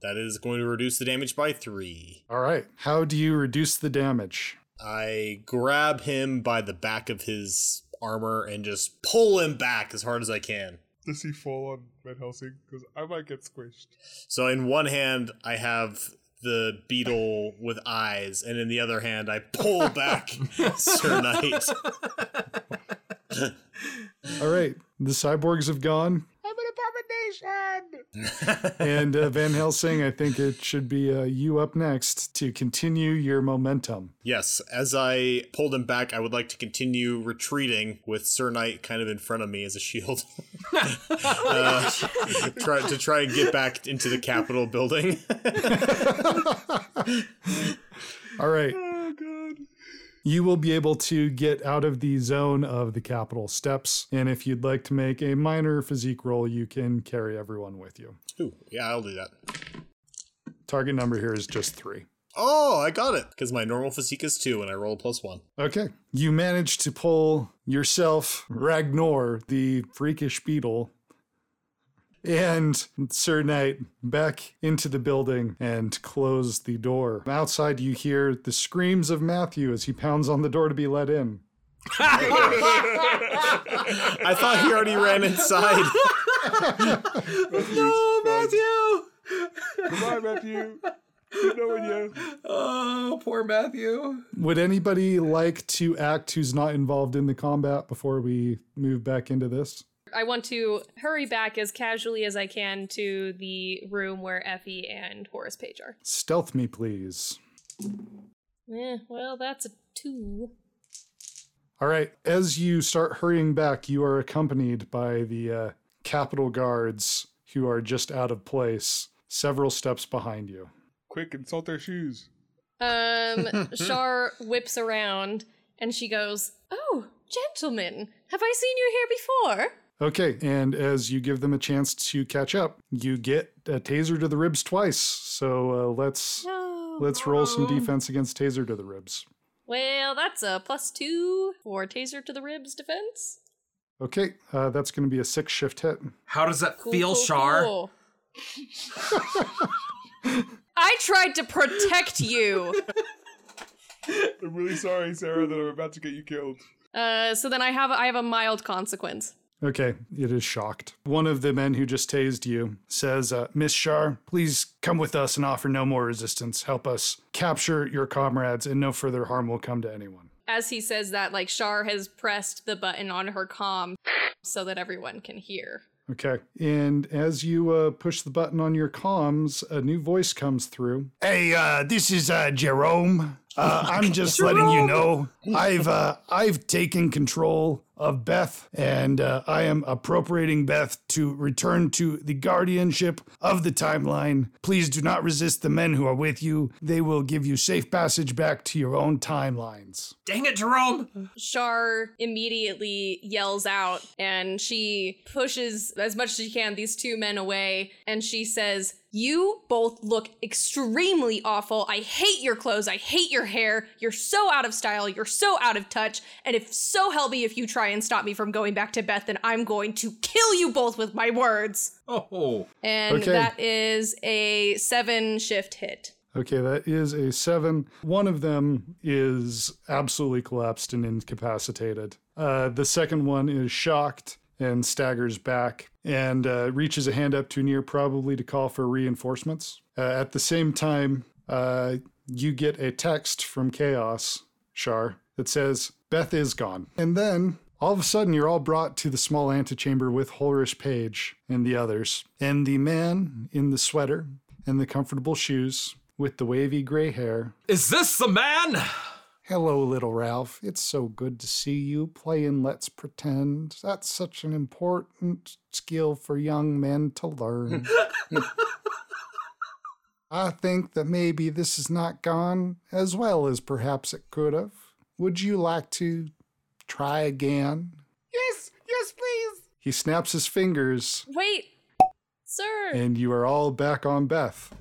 F: That is going to reduce the damage by three.
C: All right. How do you reduce the damage?
F: I grab him by the back of his armor and just pull him back as hard as I can.
B: Does he fall on Van Helsing? Because I might get squished.
F: So in one hand, I have the beetle with eyes, and in the other hand, I pull back Sir Knight.
C: All right. The cyborgs have gone,
J: [LAUGHS] I'm an abomination.
C: and uh, Van Helsing, I think it should be uh, you up next to continue your momentum.
F: Yes, as I pulled him back, I would like to continue retreating with Sir Knight kind of in front of me as a shield. [LAUGHS] Uh, try, to try and get back into the Capitol building. [LAUGHS]
C: All right. You will be able to get out of the zone of the Capitol steps, and if you'd like to make a minor physique roll, you can carry everyone with you.
F: Ooh, yeah, I'll do that.
C: Target number here is just three.
F: Oh, I got it. Because my normal physique is two and I roll a plus one.
C: Okay. You manage to pull yourself, Ragnar, the freakish beetle, and Sir Knight back into the building and close the door. Outside, you hear the screams of Matthew as he pounds on the door to be let in.
F: I thought he already ran inside. [LAUGHS]
D: No, Matthew.
B: Goodbye, Matthew. Good knowing you.
D: Oh, poor Matthew.
C: Would anybody like to act who's not involved in the combat before we move back into this?
E: I want to hurry back as casually as I can to the room where Effie and Horace Page are.
C: Stealth me, please.
E: Eh, well, that's a two.
C: All right. As you start hurrying back, you are accompanied by the uh, Capitol guards who are just out of place, several steps behind you.
B: Quick, insult their shoes.
E: Um, Char whips around and she goes, Oh, gentlemen, have I seen you here before?
C: Okay. And as you give them a chance to catch up, you get a taser to the ribs twice. So uh, let's
G: Oh,
C: let's roll some defense against taser to the ribs.
E: Well, that's a plus two for taser to the ribs defense.
C: Okay, uh, that's going to be a six shift hit.
D: How does that
E: Cool,
D: feel,
E: cool,
D: Shar?
E: cool. I tried to protect you.
B: I'm really sorry, Sarah, that I'm about to get you killed.
E: Uh, so then I have I have a mild consequence.
C: Okay, it is shocked.
I: One of the men who just tased you says, uh, Miss Shar, please come with us and offer no more resistance. Help us capture your comrades, and no further harm will come to anyone.
E: As he says that, like Shar has pressed the button on her comm so that everyone can hear.
C: Okay, and as you uh, push the button on your comms, a new voice comes through.
I: Hey, uh, this is uh, Jerome.
C: [LAUGHS]
I: Uh, I'm just letting you know I've uh, I've taken control of Beth, and uh, I am appropriating Beth to return to the guardianship of the timeline. Please do not resist the men who are with you. They will give you safe passage back to your own timelines.
D: Dang it, Jerome.
E: Shar immediately yells out and she pushes as much as she can these two men away and she says, You both look extremely awful. I hate your clothes. I hate your hair. You're so out of style. You're so out of touch. And if so help me if you try and stop me from going back to Beth, then I'm going to kill you both with my words.
D: Oh,
E: And
C: Okay.
E: that is a seven shift hit.
C: Okay, that is a seven. One of them is absolutely collapsed and incapacitated. Uh, the second one is shocked and staggers back and uh, reaches a hand up to near, probably to call for reinforcements. Uh, at the same time, uh, you get a text from Chaos, Shar, that says, Beth is gone. And then all of a sudden, you're all brought to the small antechamber with Holrish Page and the others. And the man in the sweater and the comfortable shoes with the wavy gray hair.
D: is this the man?
C: Hello, little Ralph. It's so good to see you playing Let's Pretend. That's such an important skill for young men to learn. I think that maybe this has not gone as well as perhaps it could have. Would you like to try again?
J: Yes, yes, please.
C: He snaps his fingers,
E: Wait, sir.
C: and you are all back on Beth.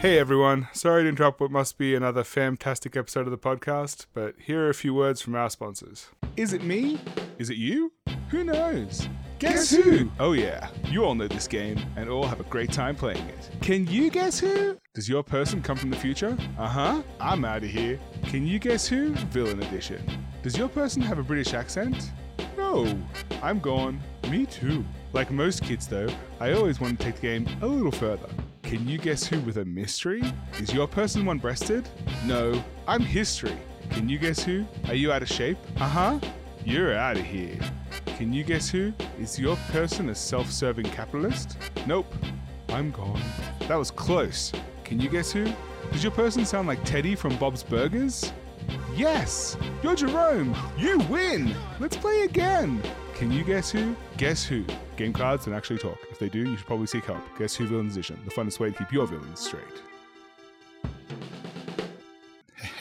B: Hey everyone, sorry to interrupt what must be another fantastic episode of the podcast, but here are a few words from our sponsors. Is it me? Is it you? Who knows? Guess who? Oh yeah, you all know this game and all have a great time playing it. Can you guess who? Does your person come from the future? Uh huh, I'm out of here. Can you guess who? Villain edition. Does your person have a British accent? No, Oh, I'm gone. Me too. Like most kids, though, I always want to take the game a little further. Can you guess who with a mystery? Is your person one breasted? No, I'm history. Can you guess who? Are you out of shape? Uh huh. You're out of here. Can you guess who? Is your person a self serving capitalist? Nope, I'm gone. That was close. Can you guess who? Does your person sound like Teddy from Bob's Burgers? Yes! You're Jerome! You win! Let's play again! Can you guess who? Guess who? Game cards don't actually talk. If they do, you should probably seek help. Guess who villain edition? The funnest way to keep your villains straight.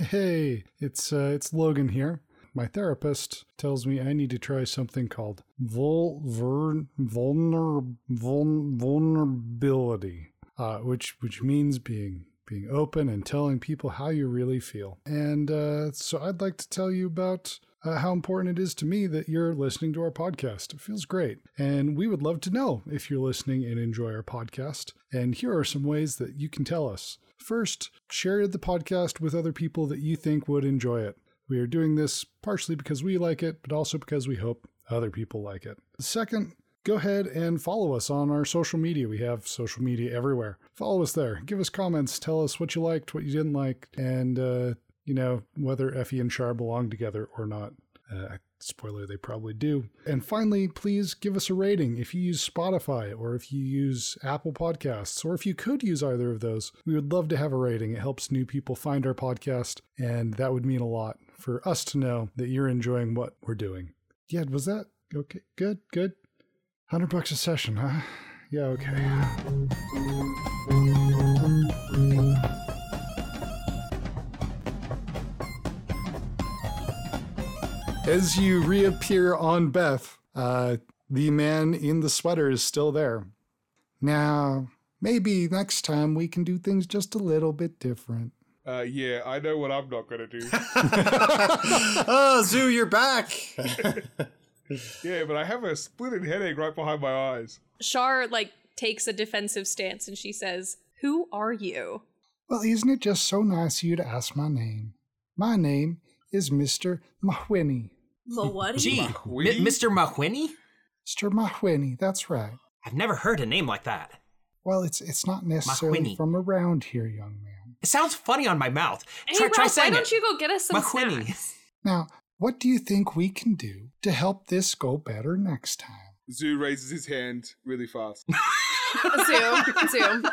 C: Hey, it's uh, it's Logan here. My therapist tells me I need to try something called vul, ver, vulner, vuln vulnerability, uh, which which means being being open and telling people how you really feel. And uh, so I'd like to tell you about uh, how important it is to me that you're listening to our podcast. It feels great. And we would love to know if you're listening and enjoy our podcast. And here are some ways that you can tell us. First, share the podcast with other people that you think would enjoy it. We are doing this partially because we like it, but also because we hope other people like it. Second, go ahead and follow us on our social media. We have social media everywhere. Follow us there. Give us comments. Tell us what you liked, what you didn't like, and, uh, you know, whether Effie and Char belong together or not. Uh, spoiler, they probably do. And finally, please give us a rating. If you use Spotify or if you use Apple Podcasts, or if you could use either of those, we would love to have a rating. It helps new people find our podcast, and that would mean a lot for us to know that you're enjoying what we're doing. Yeah, was that okay? Good, good. 100 bucks a session, huh? Yeah, okay. As you reappear on Beth, uh, the man in the sweater is still there.
I: Now, maybe next time we can do things just a little bit different.
B: Uh, yeah, I know what I'm not gonna do. [LAUGHS]
F: oh, Zoo, you're back. [LAUGHS]
B: yeah, but I have a splitting headache right behind my eyes.
E: Shar like takes a defensive stance and she says, "Who are you?"
I: Well, isn't it just so nice of you to ask my name? My name is Mr. Mahwini.
D: Gee, M- Mr. Mahwini?
I: Mr. Mahwini, that's right.
A: I've never heard a name like that.
I: Well, it's it's not necessarily
A: Mahwini.
I: from around here, young man.
D: It sounds funny on my mouth.
E: Hey,
D: try, try
E: Ralph, why
D: saying
E: don't
D: it.
E: you go get us some
D: Mahwini. [LAUGHS]
E: snacks?
I: Now, what do you think we can do to help this go better next time?
B: Zoo raises his hand really fast. [LAUGHS]
E: Zoo, Zoo,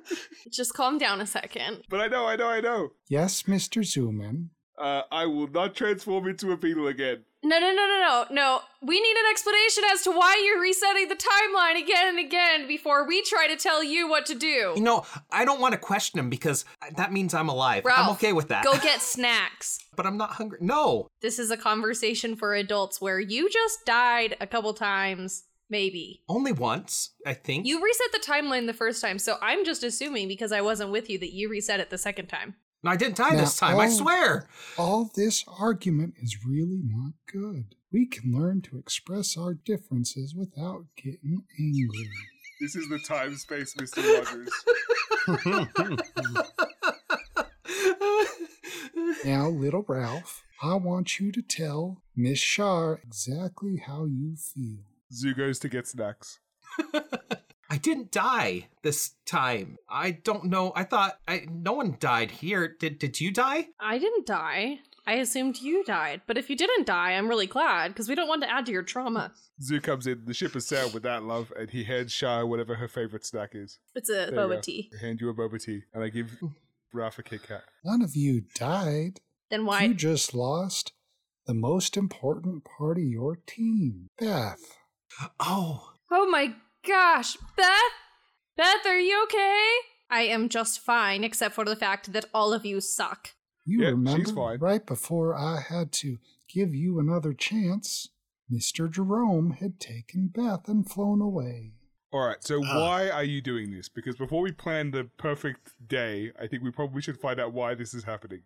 D: [LAUGHS]
E: just calm down a second.
B: but I know, I know, I know.
I: Yes, Mr. Zooman.
B: Uh, I will not transform into a beetle again.
E: No, no, no, no, no, no. We need an explanation as to why you're resetting the timeline again and again before we try to tell you what to do.
D: You know, I don't want to question him because that means I'm alive.
E: Ralph,
D: I'm okay with that. [LAUGHS]
E: Go get snacks.
D: but I'm not hungry. No.
E: This is a conversation for adults where you just died a couple times, maybe.
D: Only once, I think.
E: You reset the timeline the first time, so I'm just assuming because I wasn't with you that you reset it the second time.
D: No, I didn't die
I: Now,
D: this time. I
I: oh.
D: [LAUGHS] swear.
I: All this argument is really not good. We can learn to express our differences without getting angry.
B: This is the time space, Mr. [LAUGHS] Rogers.
I: Now, little Ralph, I want you to tell Miss Shar exactly how you feel.
B: Zoo goes to get snacks.
D: I didn't die this time. I don't know. I thought I no one died here. Did did you die?
E: I didn't die. I assumed you died. But if you didn't die, I'm really glad because we don't want to add to your trauma.
B: Zoo comes in. The ship is sailed with that love, and he hands Shy whatever her favorite snack is.
E: It's a
B: There you go.
E: boba tea.
B: I hand you a boba tea, and I give Ralph a Kit Kat.
I: None of you died.
E: Then why?
I: You just lost the most important part of your team, Beth.
D: Oh,
E: Oh my gosh, Beth! Beth, are you okay? I am just fine, except for the fact that all of you suck.
I: You
B: Yeah, she's
I: remember
B: fine.
I: right before I had to give you another chance, Mr. Jerome had taken Beth and flown away.
B: All right. So why are you doing this? Because before we plan the perfect day, I think we probably should find out why this is happening.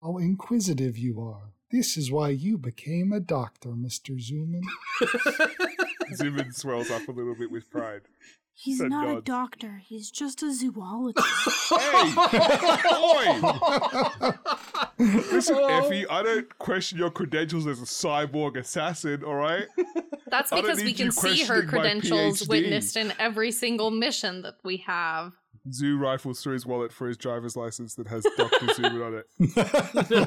C: How inquisitive you are. This is why you became a doctor, Mr. Zuman.
B: Zuman swells up a little bit with pride.
G: He's
B: Said
G: not a
B: nods.
G: doctor. He's just
E: [LAUGHS]
G: a zoologist.
B: Hey, boy! Listen, Effie, I don't question your credentials as a cyborg assassin. All right.
E: That's
B: I don't
E: because we
B: need
E: can
B: you
E: see her
B: questioning my
E: credentials
B: PhD.
E: witnessed in every single mission that we have.
B: Zoo rifles through his wallet for his driver's license that has Doctor Zuman on it.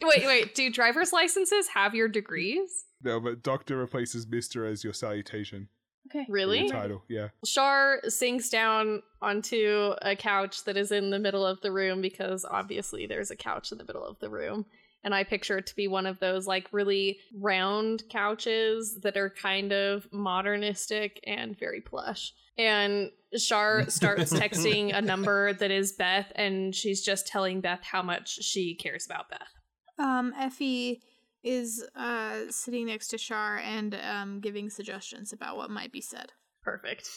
E: Wait, wait. Do driver's licenses have your [LAUGHS] degrees?
B: No, but Doctor replaces Mister as your salutation.
E: Okay.
B: in
E: Really?
B: Your title, yeah.
E: Shar sinks down onto a couch that is in the middle of the room because obviously there's a couch in the middle of the room. And I picture it to be one of those like really round couches that are kind of modernistic and very plush. And Shar starts texting a number that is Beth, and she's just telling Beth how much she cares about Beth.
G: um, Effie is uh, sitting next to Shar and um, giving suggestions about what might be said.
E: Perfect.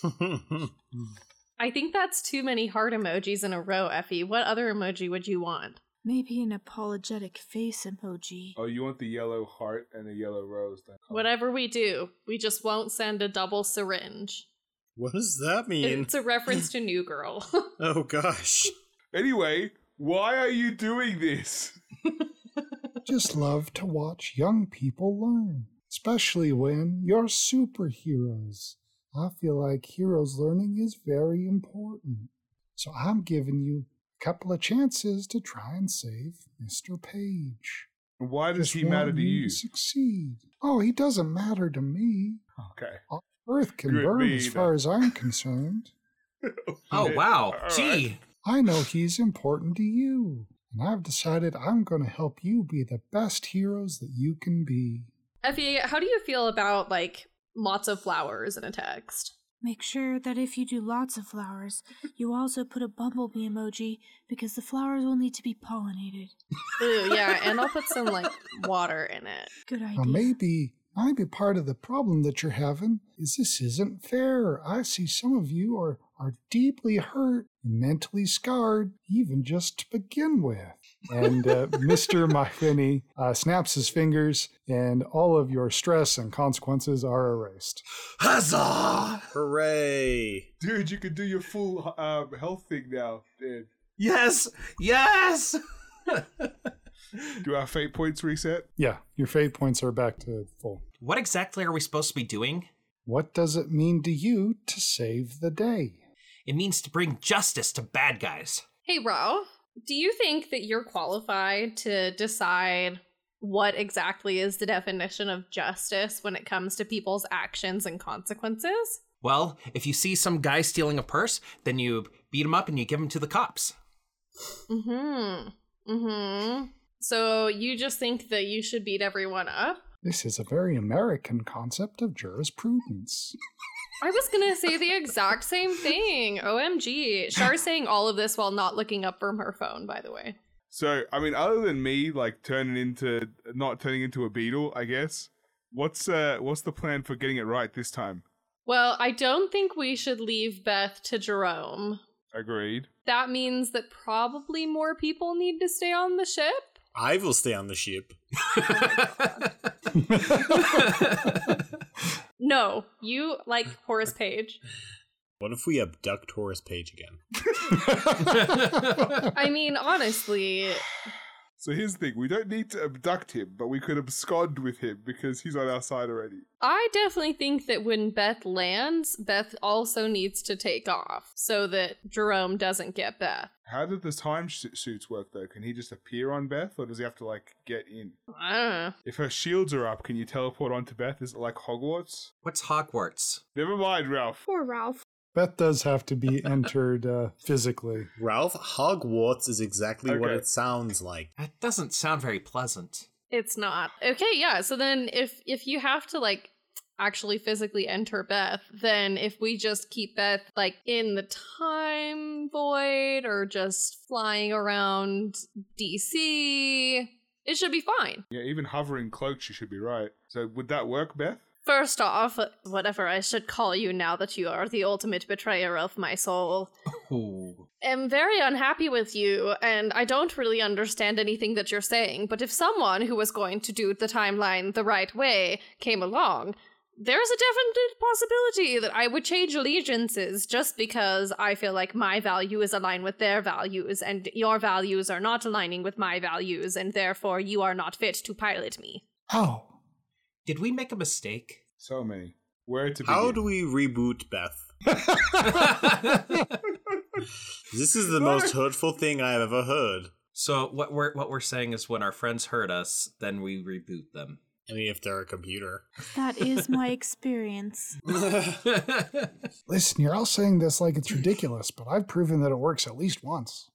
E: I think that's too many heart emojis in a row, Effie. What other emoji would you want?
G: Maybe an apologetic face emoji.
B: Oh, you want the yellow heart and the yellow rose? Then.
E: Whatever we do, we just won't send a double syringe.
F: What does that mean?
E: It's a reference to New Girl. [LAUGHS]
F: oh gosh.
B: Anyway, why are you doing this?
C: Just love to watch young people learn, especially when you're superheroes. I feel like heroes learning is very important. So I'm giving you a couple of chances to try and save Mr. Page.
B: Why does
C: Just
B: he matter
C: want
B: to you?
C: To succeed. Oh, he doesn't matter to me.
B: Okay.
C: Earth can
B: Good
C: burn as
B: being.
C: far as I'm concerned.
D: Oh, wow.
B: All
D: Gee.
B: right.
C: I know he's important to you, and I've decided I'm going to help you be the best heroes that you can be.
E: Effie, how do you feel about like lots of flowers in a text?
G: Make sure that if you do lots of flowers, you also put a bumblebee emoji because the flowers will need to be pollinated.
E: Ooh, yeah, and I'll put some like water in it.
G: Good idea.
C: Now, maybe, maybe part of the problem that you're having is this isn't fair. I see some of you are, are deeply hurt, mentally scarred, even just to begin with. And uh, Mr. Mahiney uh, snaps his fingers, and all of your stress and consequences are erased.
D: Huzzah!
F: Hooray.
B: Dude, you can do your full um, health thing now. Dude.
D: Yes! Yes!
B: Do our fate points reset?
C: Yeah, your fate points are back to full.
K: What exactly are we supposed to be doing?
C: What does it mean to you to save the day?
K: It means to bring justice to bad guys.
E: Hey, Ralph, do you think that you're qualified to decide what exactly is the definition of justice when it comes to people's actions and consequences?
D: Well, if you see some guy stealing a purse, then you beat him up and you give him to
A: [LAUGHS]
D: the cops.
E: Mm hmm. Mm hmm. So you just think that you should beat everyone up?
C: This is a very American concept of jurisprudence.
E: I was gonna say the exact same thing. OMG. Char's saying all of this while not looking up from her phone, by the way.
B: So, I mean, other than me, like turning into not turning into a beetle, I guess. What's uh, what's the plan for getting it right this time?
E: Well, I don't think we should leave Beth to Jerome.
B: Agreed.
E: That means that probably more people need to stay on the ship.
F: I will stay on the ship.
E: No, you like Horace Page.
F: What if we abduct Horace Page again?
E: I mean, honestly,
B: So here's the thing: we don't need to abduct him, but we could abscond with him because he's on our side already.
E: I definitely think that when Beth lands, Beth also needs to take off so that Jerome doesn't get Beth.
B: How did the time su- suits work though? Can he just appear on Beth, or does he have to like get in?
E: I don't know.
B: If her shields are up, can you teleport onto Beth? Is it like Hogwarts?
D: What's Hogwarts?
B: Never mind, Ralph.
G: Poor Ralph.
C: Beth does have
I: [LAUGHS]
C: to be entered uh, physically.
F: Ralph, Hogwarts is exactly what
B: Okay.
F: it sounds like.
D: That doesn't sound very pleasant.
E: It's not. Okay, yeah. So then if if you have to like actually physically enter Beth, then if we just keep Beth like in the time void or just flying around DC, it should be fine.
B: Yeah, even hovering cloak, she should be right. So would that work, Beth?
E: First off, whatever I should call you now that you are the ultimate betrayer of my soul.
A: Ooh.
E: am very unhappy with you, and I don't really understand anything that you're saying. But if someone who was going to do the timeline the right way came along, there's a definite possibility that I would change allegiances just because I feel like my value is aligned with their values, and your values are not aligning with my values, and therefore you are not fit to pilot me.
I: How?
A: Did we make a mistake?
B: So many. Where to begin?
F: How do we reboot Beth? this is the most hurtful thing I've ever heard.
A: So what we're what we're saying is when our friends hurt us, then we reboot them.
F: I mean, if they're a computer.
G: That is my experience.
I: Listen, you're all saying this like it's ridiculous, but I've proven that it works at least once.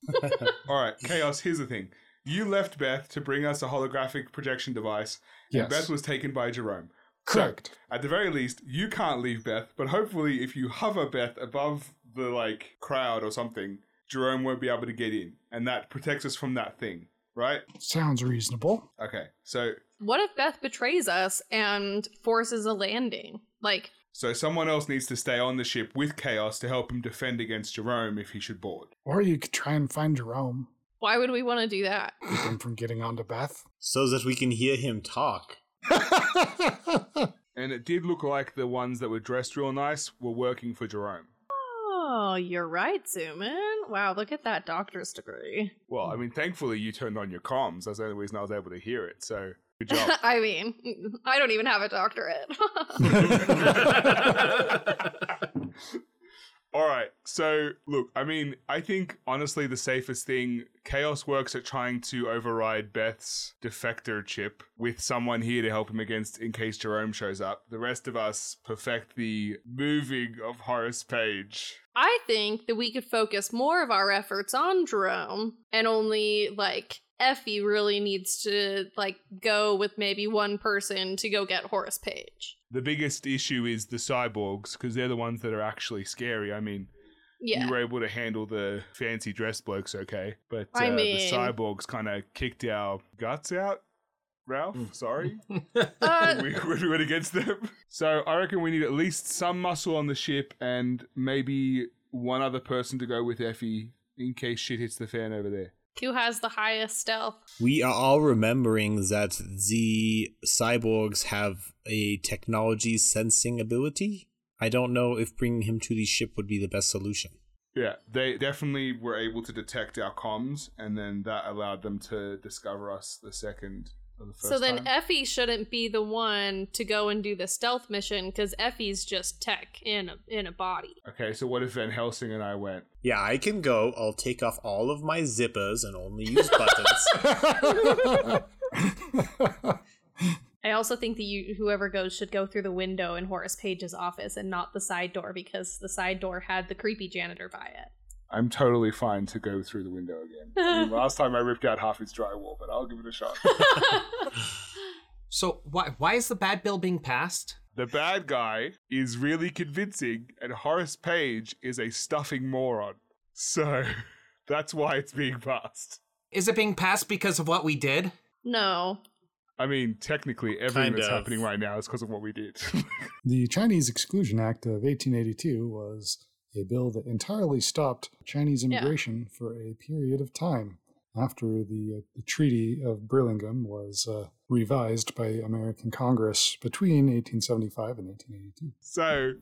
B: All right, chaos. Here's the thing: you left Beth to bring us a holographic projection device,
I: Yes.
B: and Beth was taken by Jerome.
I: Correct.
B: So, at the very least, you can't leave Beth, but hopefully, if you hover Beth above the like crowd or something, Jerome won't be able to get in, and that protects us from that thing, right?
I: Sounds reasonable.
B: Okay, so
E: What if Beth betrays us and forces a landing? Like,
B: so someone else needs to stay on the ship with chaos to help him defend against Jerome if he should board.
I: Or you could try and find Jerome.
E: why would we want to do that?
I: Keep him from getting onto Beth.
F: So that we can hear him talk.
B: And it did look like the ones that were dressed real nice were working for Jerome.
E: Oh, you're right, Zuman. Wow, look at that doctor's degree.
B: Well, I mean, thankfully you turned on your comms. That's the only reason I was able to hear it. So good
E: [LAUGHS]
B: job.
E: [LAUGHS] I mean, I don't even have a doctorate. [LAUGHS]
B: All right. So, look, I mean, I think honestly the safest thing Chaos works at trying to override Beth's defector chip with someone here to help him against in case Jerome shows up. The rest of us perfect the moving of Horace Page.
E: I think that we could focus more of our efforts on Jerome and only like Effie really needs to like go with maybe one person to go get Horace Page.
B: The biggest issue is the cyborgs because they're the ones that are actually scary. I mean,
E: Yeah.
B: you were able to handle the fancy dress blokes okay, but uh,
E: I
B: the
E: mean-
B: cyborgs kind of kicked our guts out. Ralph, sorry.
E: Uh,
B: we, [LAUGHS] we went against them. So I reckon we need at least some muscle on the ship and maybe one other person to go with Effie in case shit hits the fan over there.
E: who has the highest stealth?
F: We are all remembering that the cyborgs have a technology sensing ability. I don't know if bringing him to the ship would be the best solution.
B: Yeah, they definitely were able to detect our comms, and then that allowed them to discover us the second or the first
E: so then
B: time.
E: Effie shouldn't be the one to go and do the stealth mission because Effie's just tech in a, in a body.
B: okay, so what if Van Helsing and I went? [LAUGHS]
F: Yeah, I can go. I'll take off all of my zippers and only use buttons.
E: I also think that you whoever goes should go through the window in Horace Page's office and not the side door because the side door had the creepy janitor by it.
B: I'm totally fine to go through the window again. I mean, last time I ripped out half his drywall, but I'll give it a shot.
E: [LAUGHS]
A: So why why is the bad bill being passed?
B: The bad guy is really convincing, and Horace Page is a stuffing moron. So [LAUGHS] that's why it's being passed.
A: Is it being passed because of what we did?
E: No.
B: I mean, technically, everything
F: Kind
B: that's
F: of.
B: happening right now is because of what we did. [LAUGHS]
I: The Chinese Exclusion Act of 1882 was a bill that entirely stopped Chinese immigration for a period of time after the, uh, the Treaty of Burlingame was uh, revised by American Congress between 1875 and 1882.
B: so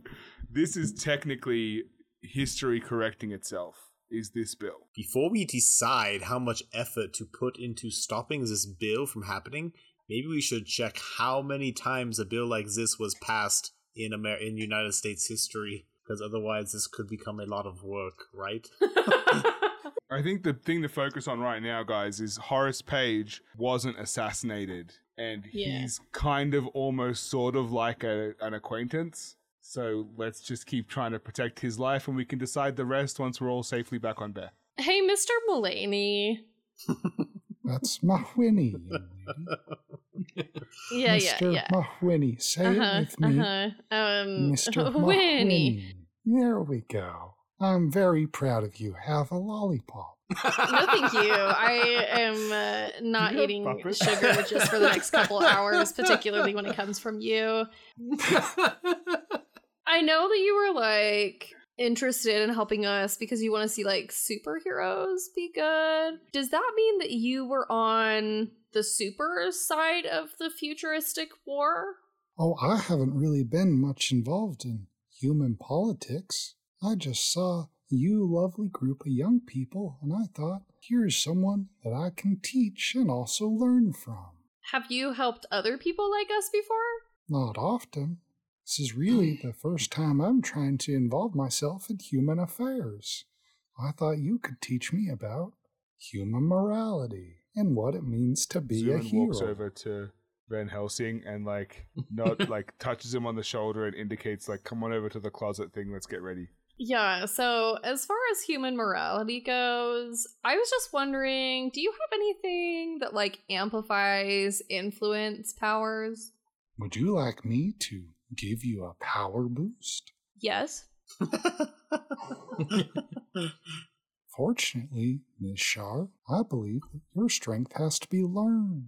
B: this is technically history correcting itself, is this bill.
F: Before we decide how much effort to put into stopping this bill from happening, maybe we should check how many times a bill like this was passed in Amer- in United States history, because otherwise this could become a lot of work, right?
B: I think the thing to focus on right now, guys, is Horace Page wasn't assassinated, and
E: Yeah.
B: he's kind of almost sort of like a, an acquaintance. So let's just keep trying to protect his life, and we can decide the rest once we're all safely back on Beth.
E: [LAUGHS] hey, Mr. Mullaney.
I: That's Mahwini. young lady.
E: [LAUGHS] Yeah, yeah,
I: Mr.
E: yeah.
I: Mahwini, say
E: Uh huh. [LAUGHS]
I: it with
E: Uh
I: me.
E: huh. Um,
I: Mr.
E: [LAUGHS] Winnie.
I: Mahwini. There we go.
C: I'm very proud of you. Have a lollipop.
E: No, thank you. I am uh, not
B: You have
E: eating
B: puppets?
E: sugar just for the next couple hours, particularly when it comes from you. I know that you were like interested in helping us because you want to see like superheroes be good. Does that mean that you were on the super side of the futuristic war?
C: Oh, I haven't really been much involved in human politics. I just saw you lovely group of young people and I thought, here's someone that I can teach and also learn from.
E: Have you helped other people like us before?
C: Not often. This is really the first time I'm trying to involve myself in human affairs. I thought you could teach me about human morality and what it means to be a
B: Zuman
C: hero.
B: walks over to Van Helsing and
C: [LAUGHS]
B: like not like touches him on the shoulder and indicates like come on over to the closet thing. Let's get ready.
E: Yeah, so as far as human morality goes, I was just wondering, do you have anything that like amplifies influence powers?
C: Would you like me to give you a power boost?
E: Yes.
C: Fortunately, Miss Shar, I believe that your strength has to be learned.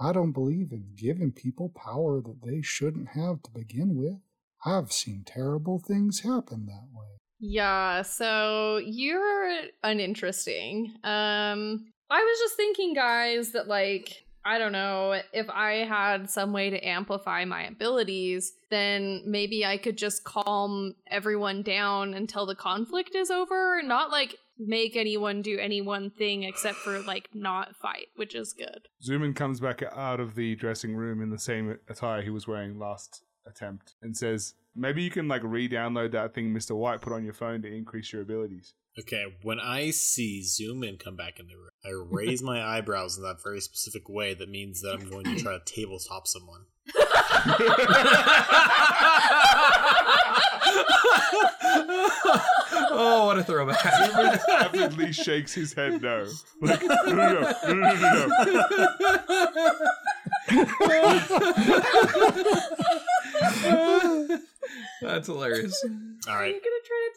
C: I don't believe in giving people power that they shouldn't have to begin with. I've seen terrible things happen that way.
E: Yeah, so you're uninteresting. Um I was just thinking guys that like I don't know, if I had some way to amplify my abilities, then maybe I could just calm everyone down until the conflict is over, not like make anyone do any one thing except for like not fight, which is good.
B: Zuman comes back out of the dressing room in the same attire he was wearing last attempt and says, "Maybe you can like re-download that thing Mr. White put on your phone to increase your abilities."
F: Okay, when I see Zoom and come back in the room, I raise my eyebrows in that very specific way that means that I'm going to try to tabletop someone.
D: [LAUGHS] oh, what a [LAUGHS] throwback.
B: Avidly shakes his head no. Like, no, no, no, no, no, no, no.
D: That's hilarious. [LAUGHS]
F: All
G: Are
F: right,
G: you gonna try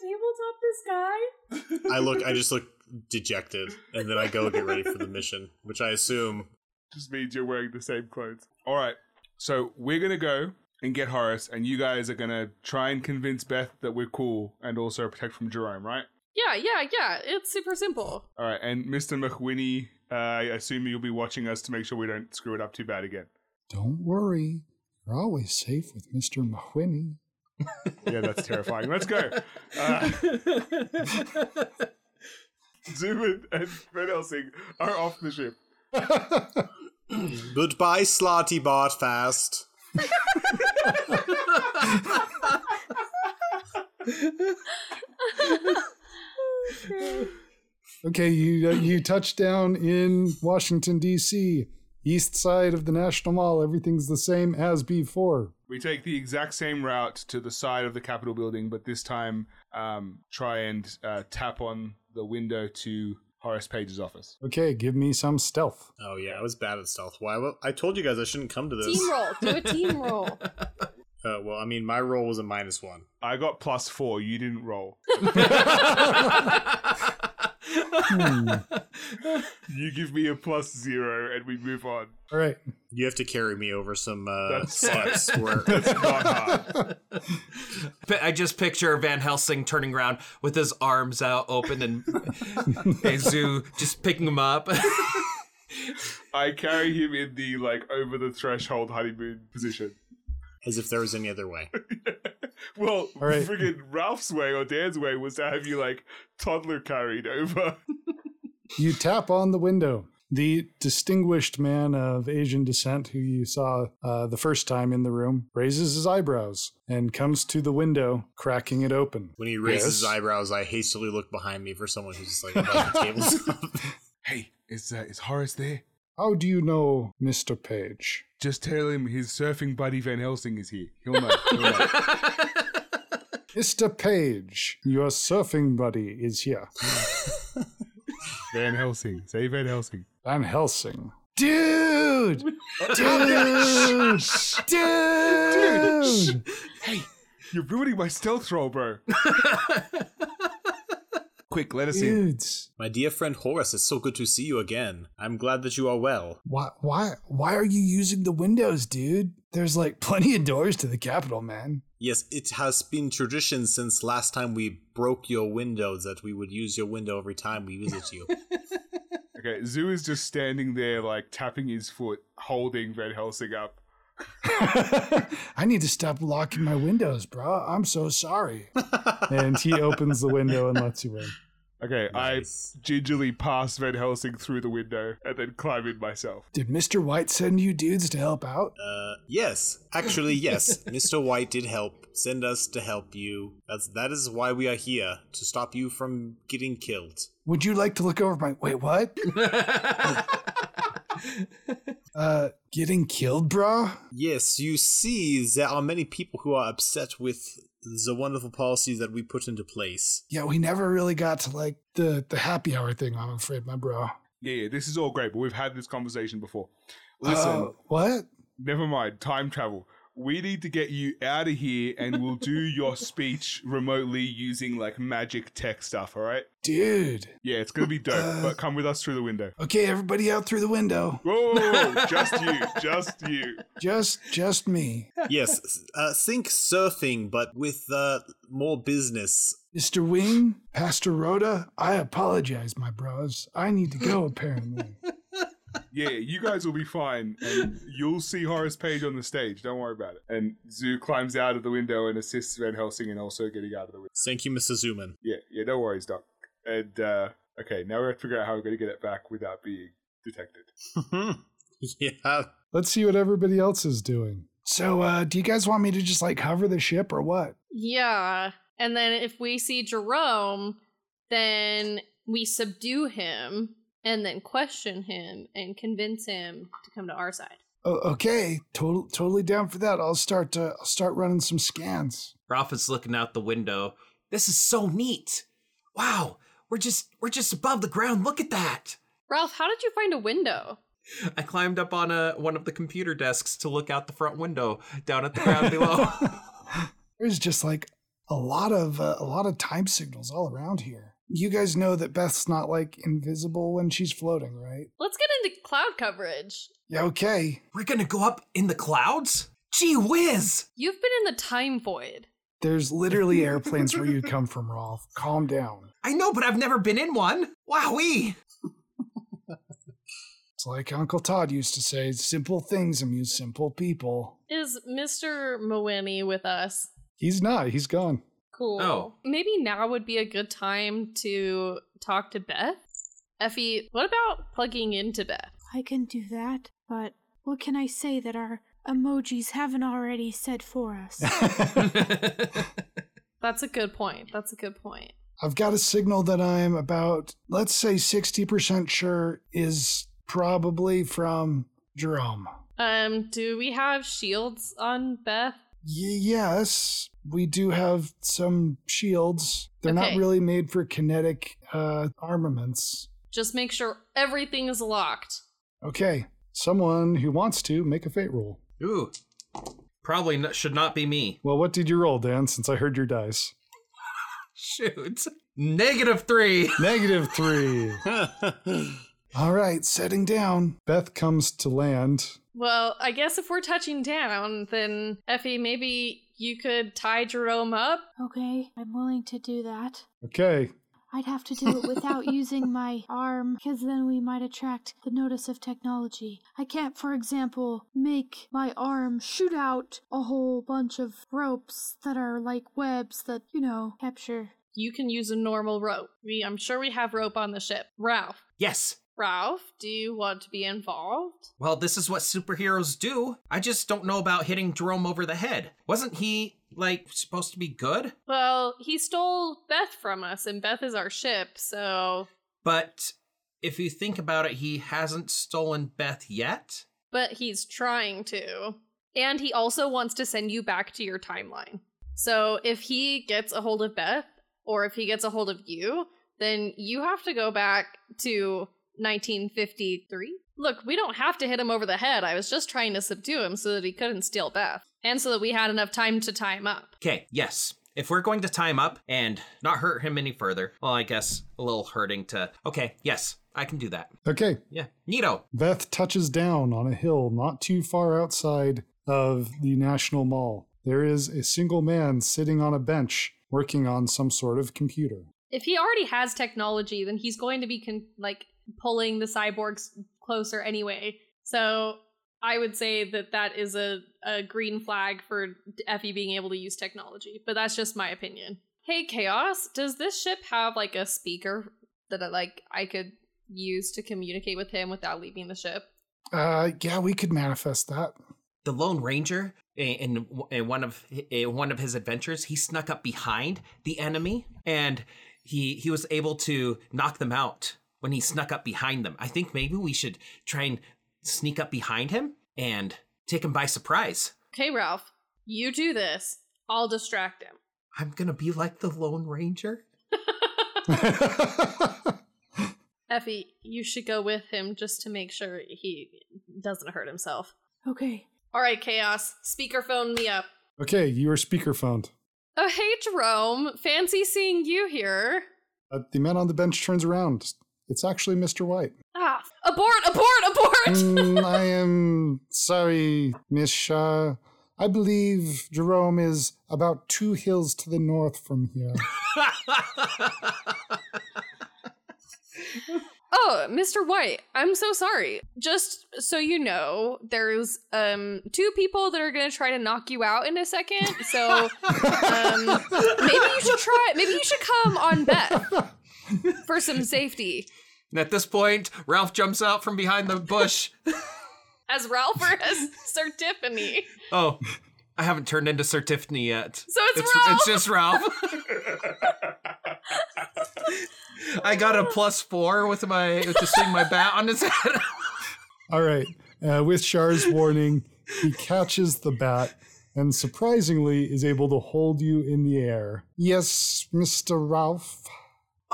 G: to tabletop this guy?
F: I look. I just look dejected, and then I go get ready for the mission, which I assume.
B: just means you're wearing the same clothes. All right. So we're gonna go and get Horace, and you guys are gonna try and convince Beth that we're cool, and also protect from Jerome, right?
E: Yeah, yeah, yeah. It's super
F: [LAUGHS]
E: simple. [LAUGHS]
B: All right. And Mr. McWhinney, uh, I assume you'll be watching us to make sure we don't screw it up too bad again.
C: Don't worry, you're always safe with Mr. Mahwini.
B: Yeah, that's terrifying. Let's go. Uh, [LAUGHS] Zuman and Van Helsing are off the ship.
F: Goodbye, slotty bot fast.
C: Okay, you uh, you touch down in Washington D.C., east side of the National Mall. Everything's the same as before.
B: We take the exact same route to the side of the Capitol building, but this time um, try and uh, tap on the window to Horace Page's office.
C: Okay, give me some stealth.
F: Oh yeah, I was bad at stealth. Why? Well, I told you guys I shouldn't come to this.
E: Team roll. Do a team roll.
F: Uh, well, I mean, my roll was a minus one.
B: I got plus four. You didn't roll. [LAUGHS] you give me a plus zero, and we move [LAUGHS] on.
C: All right,
F: You have to carry me over some uh,
B: That's- [LAUGHS]
F: steps. Where
B: Not hard.
D: Pi- I just picture Van Helsing turning around with his arms out open and [LAUGHS] Zoo just picking him up. [LAUGHS]
B: I carry him in the like over the threshold honeymoon position. [LAUGHS]
F: as if there was any other way.
B: Well,
C: right.
B: friggin' Ralph's way or Dan's way was to have you like toddler carried over.
C: you tap on the window. The distinguished man of Asian descent who you saw uh, the first time in the room raises his eyebrows and comes to the window, cracking it open.
F: When he raises his
C: Yes?
F: eyebrows, I hastily look behind me for someone who's just like above the tabletop.
B: [LAUGHS] Hey, is uh, is Horace there?
C: How do you know, Mr. Page?
B: Just tell him his surfing buddy Van Helsing is here. He'll know. He'll know.
C: Mr. Page, your surfing buddy is here.
B: Van Helsing. Say Van Helsing.
C: Van Helsing. Dude! Dude! Dude!
B: You're ruining my stealth roll, bro. Quick, let us in.
C: Dudes,
F: [LAUGHS] My dear friend Horace, it's so good to see you again. I'm glad that you are well.
C: why, why, why are you using the windows, dude? There's like plenty of doors to the Capitol, man.
F: Yes, it has been tradition since last time we broke your window that we would use your window every time we visit you.
B: Okay, Zoo is just standing there, like tapping his foot, holding Van Helsing up.
C: [LAUGHS] I need to stop locking my windows, bro. I'm so sorry.
L: and he opens the window and lets you in.
B: Okay, [LAUGHS]
F: Nice.
B: I gingerly pass Van Helsing through the window and then climb in myself.
C: Did Mr. White send you dudes to help out?
F: Uh, yes, actually, yes. Mr. White did help send us to help you. That's that is why we are here to stop you from getting killed.
C: Would you like to look over my. Wait, what? Uh, getting killed, bro?
F: Yes, you see, there are many people who are upset with the wonderful policies that we put into place.
C: Yeah, we never really got to like the, the happy hour thing, I'm afraid, my bro.
B: Yeah, yeah, this is all great, but we've had this conversation before. Listen,
C: Uh, what?
B: never mind, time travel. We need to get you out of here and we'll do your speech remotely using like magic tech stuff, all right?
C: Dude.
B: Yeah, it's gonna be dope,
C: Uh,
B: but come with us through the window.
C: Okay, everybody out through the window.
B: Whoa, whoa, whoa, whoa, just you, just you.
C: Just just me.
F: yes, uh, think surfing, but with uh, more business.
C: Mr. Wing, Pastor Rhoda, I apologize, my bros. I need to go apparently.
B: Yeah, you guys will be fine, and you'll see Horace Page on the stage. Don't worry about it. And Zoo climbs out of the window and assists Van Helsing in also getting out of the window.
F: Thank you, Mr. Zuman.
B: Yeah, yeah, no worries, Doc. And uh, okay, now we have to figure out how we're gonna get it back without being detected.
F: [LAUGHS] yeah, [LAUGHS]
L: Let's see what everybody else is doing.
C: so uh do you guys want me to just like hover the ship or what?
E: Yeah. And then if we see Jerome, then we subdue him and then question him and convince him to come to our side.
C: Oh, okay, total, totally down for that. I'll start uh, I'll start running some scans.
D: Ralph is looking out the window. This is so neat. Wow, we're just we're just above the ground. Look at that.
E: Ralph, how did you find a window?
D: I climbed up on a one of the computer desks to look out the front window down at the
C: [LAUGHS]
D: ground below.
C: There's just like a lot of uh, a lot of time signals all around here. You guys know that Beth's not like invisible when she's floating, right?
E: Let's get into cloud coverage.
C: Yeah, okay.
D: We're gonna go up in the clouds? Gee whiz!
E: You've been in the time void.
C: There's literally airplanes where you come from, Rolf. Calm down.
D: I know, but I've never been in one. Wowee!
C: It's like Uncle Todd used to say, simple things amuse simple people.
E: Is Mr. Moemi with us?
L: He's not. He's gone.
E: Cool.
D: Oh.
E: Maybe now would be a good time to talk to Beth. Effie, what about plugging into Beth?
G: I can do that, but what can I say that our emojis haven't already said for us?
E: That's a good point. That's a good point.
C: I've got a signal that I'm about, let's say 60% sure is probably from Jerome.
E: Um, do we have shields on Beth?
C: Y- yes, we do have some shields. They're
E: Okay.
C: not really made for kinetic uh, armaments.
E: Just make sure everything is locked.
C: Okay.
L: Someone who wants to make a fate roll.
D: [LAUGHS] Ooh. Probably not, should not be me.
L: Well, what did you roll, Dan? Since I heard your dice,
D: Shoot. Negative three.
L: negative three.
C: [LAUGHS] All right, setting down.
L: Beth comes to land.
E: Well, I guess if we're touching down, then Effie, maybe you could tie Jerome up.
G: okay, I'm willing to do that.
L: Okay,
G: I'd have to do it without using my arm, because then we might attract the notice of technology. I can't, for example, make my arm shoot out a whole bunch of ropes that are like webs that, you know, capture.
E: You can use a normal rope. We, I'm sure we have rope on the ship. Ralph,
D: Yes.
E: Ralph, do you want to be involved?
D: Well, this is what superheroes do. I just don't know about hitting Jerome over the head. Wasn't he, like, supposed to be good?
E: Well, he stole Beth from us, and Beth is our ship, so.
D: But if you think about it, he hasn't stolen Beth yet.
E: But he's trying to. And he also wants to send you back to your timeline. So if he gets a hold of Beth, or if he gets a hold of you, then you have to go back to 1953. Look, we don't have to hit him over the head. I was just trying to subdue him so that he couldn't steal Beth, and so that we had enough time to tie him up.
D: Okay, yes. If we're going to tie him up and not hurt him any further, well, I guess a little hurting to. Okay, yes, I can do that.
M: Okay,
D: Yeah. Nito.
M: Beth touches down on a hill not too far outside of the National Mall. There is a single man sitting on a bench working on some sort of computer.
E: If he already has technology, then he's going to be con- like pulling the cyborgs closer anyway. So I would say that that is a, a green flag for Effie being able to use technology, but that's just my opinion. Hey, Chaos, does this ship have like a speaker that I, like I could use to communicate with him without leaving the ship?
C: Uh, yeah, we could manifest that. [LAUGHS]
D: the Lone Ranger in, in, in one of in one of his adventures, he snuck up behind the enemy and he he was able to knock them out when he snuck up behind them. I think maybe we should try and sneak up behind him and take him by surprise.
E: Okay, Ralph, you do this. I'll distract him.
D: I'm gonna be like the Lone Ranger.
E: Effie, you should go with him just to make sure he doesn't hurt himself.
G: Okay.
E: All right, Chaos, speakerphone me up.
M: [LAUGHS] okay, you are speakerphoned.
E: Oh, hey, Jerome. Fancy seeing you here.
M: Uh, the man on the bench turns around. It's actually Mr.
C: [LAUGHS]
M: White.
E: Ah, abort, abort, abort!
C: Mm, I am sorry, Miss Shaw. I believe Jerome is about two hills to the north from here.
E: oh, Mr. White, I'm so sorry. Just so you know, there's um two people that are gonna try to knock you out in a second. So um, maybe you should try. Maybe you should come on Beth for some safety.
N: And at this point, Ralph jumps out from behind the
D: [LAUGHS]
N: bush.
E: As Ralph [LAUGHS] or as Sir Tiffany.
N: oh, I haven't turned into Sir Tiffany yet.
E: So it's,
N: It's,
E: Ralph.
N: it's just Ralph.
D: [LAUGHS]
N: I got a plus four with my with just seeing my bat on his head.
M: All right, uh, with Char's warning, he catches the bat and surprisingly is able to hold you in the air.
C: yes, Mr. Ralph.
D: [LAUGHS]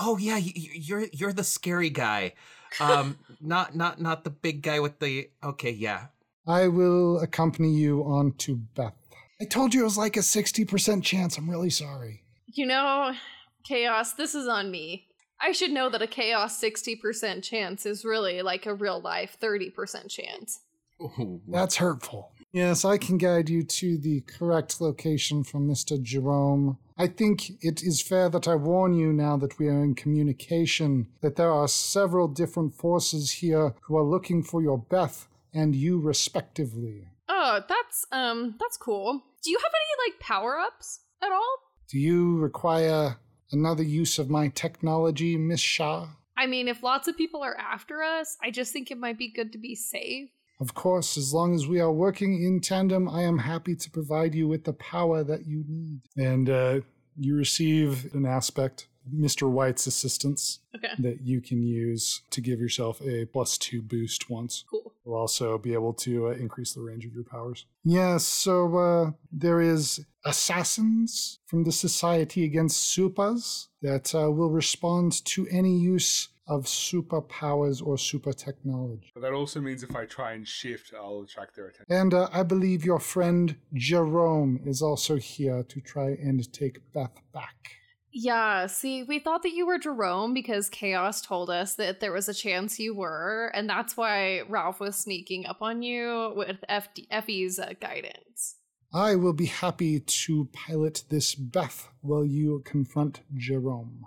D: Oh yeah, you, you're you're the scary guy. Um, not not not the big guy with the. Okay, yeah.
C: I will accompany you on to Beth. I told you it was like a 60% chance. I'm really sorry.
E: You know, Chaos, this is on me. I should know that a Chaos 60% chance is really like a real life 30% chance.
D: [LAUGHS]
C: [LAUGHS] That's hurtful. Yes, I can guide you to the correct location from Mr. Jerome. I think it is fair that I warn you now that we are in communication that there are several different forces here who are looking for your Beth and you respectively.
E: Oh, that's um that's cool. Do you have any like power-ups at all?
C: Do you require another use of my technology, Miss Shah?
E: I mean, if lots of people are after us, I just think it might be good to be safe.
C: Of course, as long as we are working in tandem, I am happy to provide you with the power that you need.
M: and uh, you receive an aspect, Mr. White's assistance,
E: Okay.
M: that you can use to give yourself a plus two boost once.
E: Cool.
M: You'll also be able to uh, increase the range of your powers.
C: Yes, so uh, there is assassins from the Society Against Supas that uh, will respond to any use of superpowers or super technology.
B: But that also means if I try and shift, I'll attract their attention.
C: And uh, I believe your friend Jerome is also here to try and take Beth back.
E: Yeah, see, we thought that you were Jerome because Chaos told us that there was a chance you were, and that's why Ralph was sneaking up on you with FD- Effie's uh, guidance.
C: I will be happy to pilot this Beth while you confront Jerome.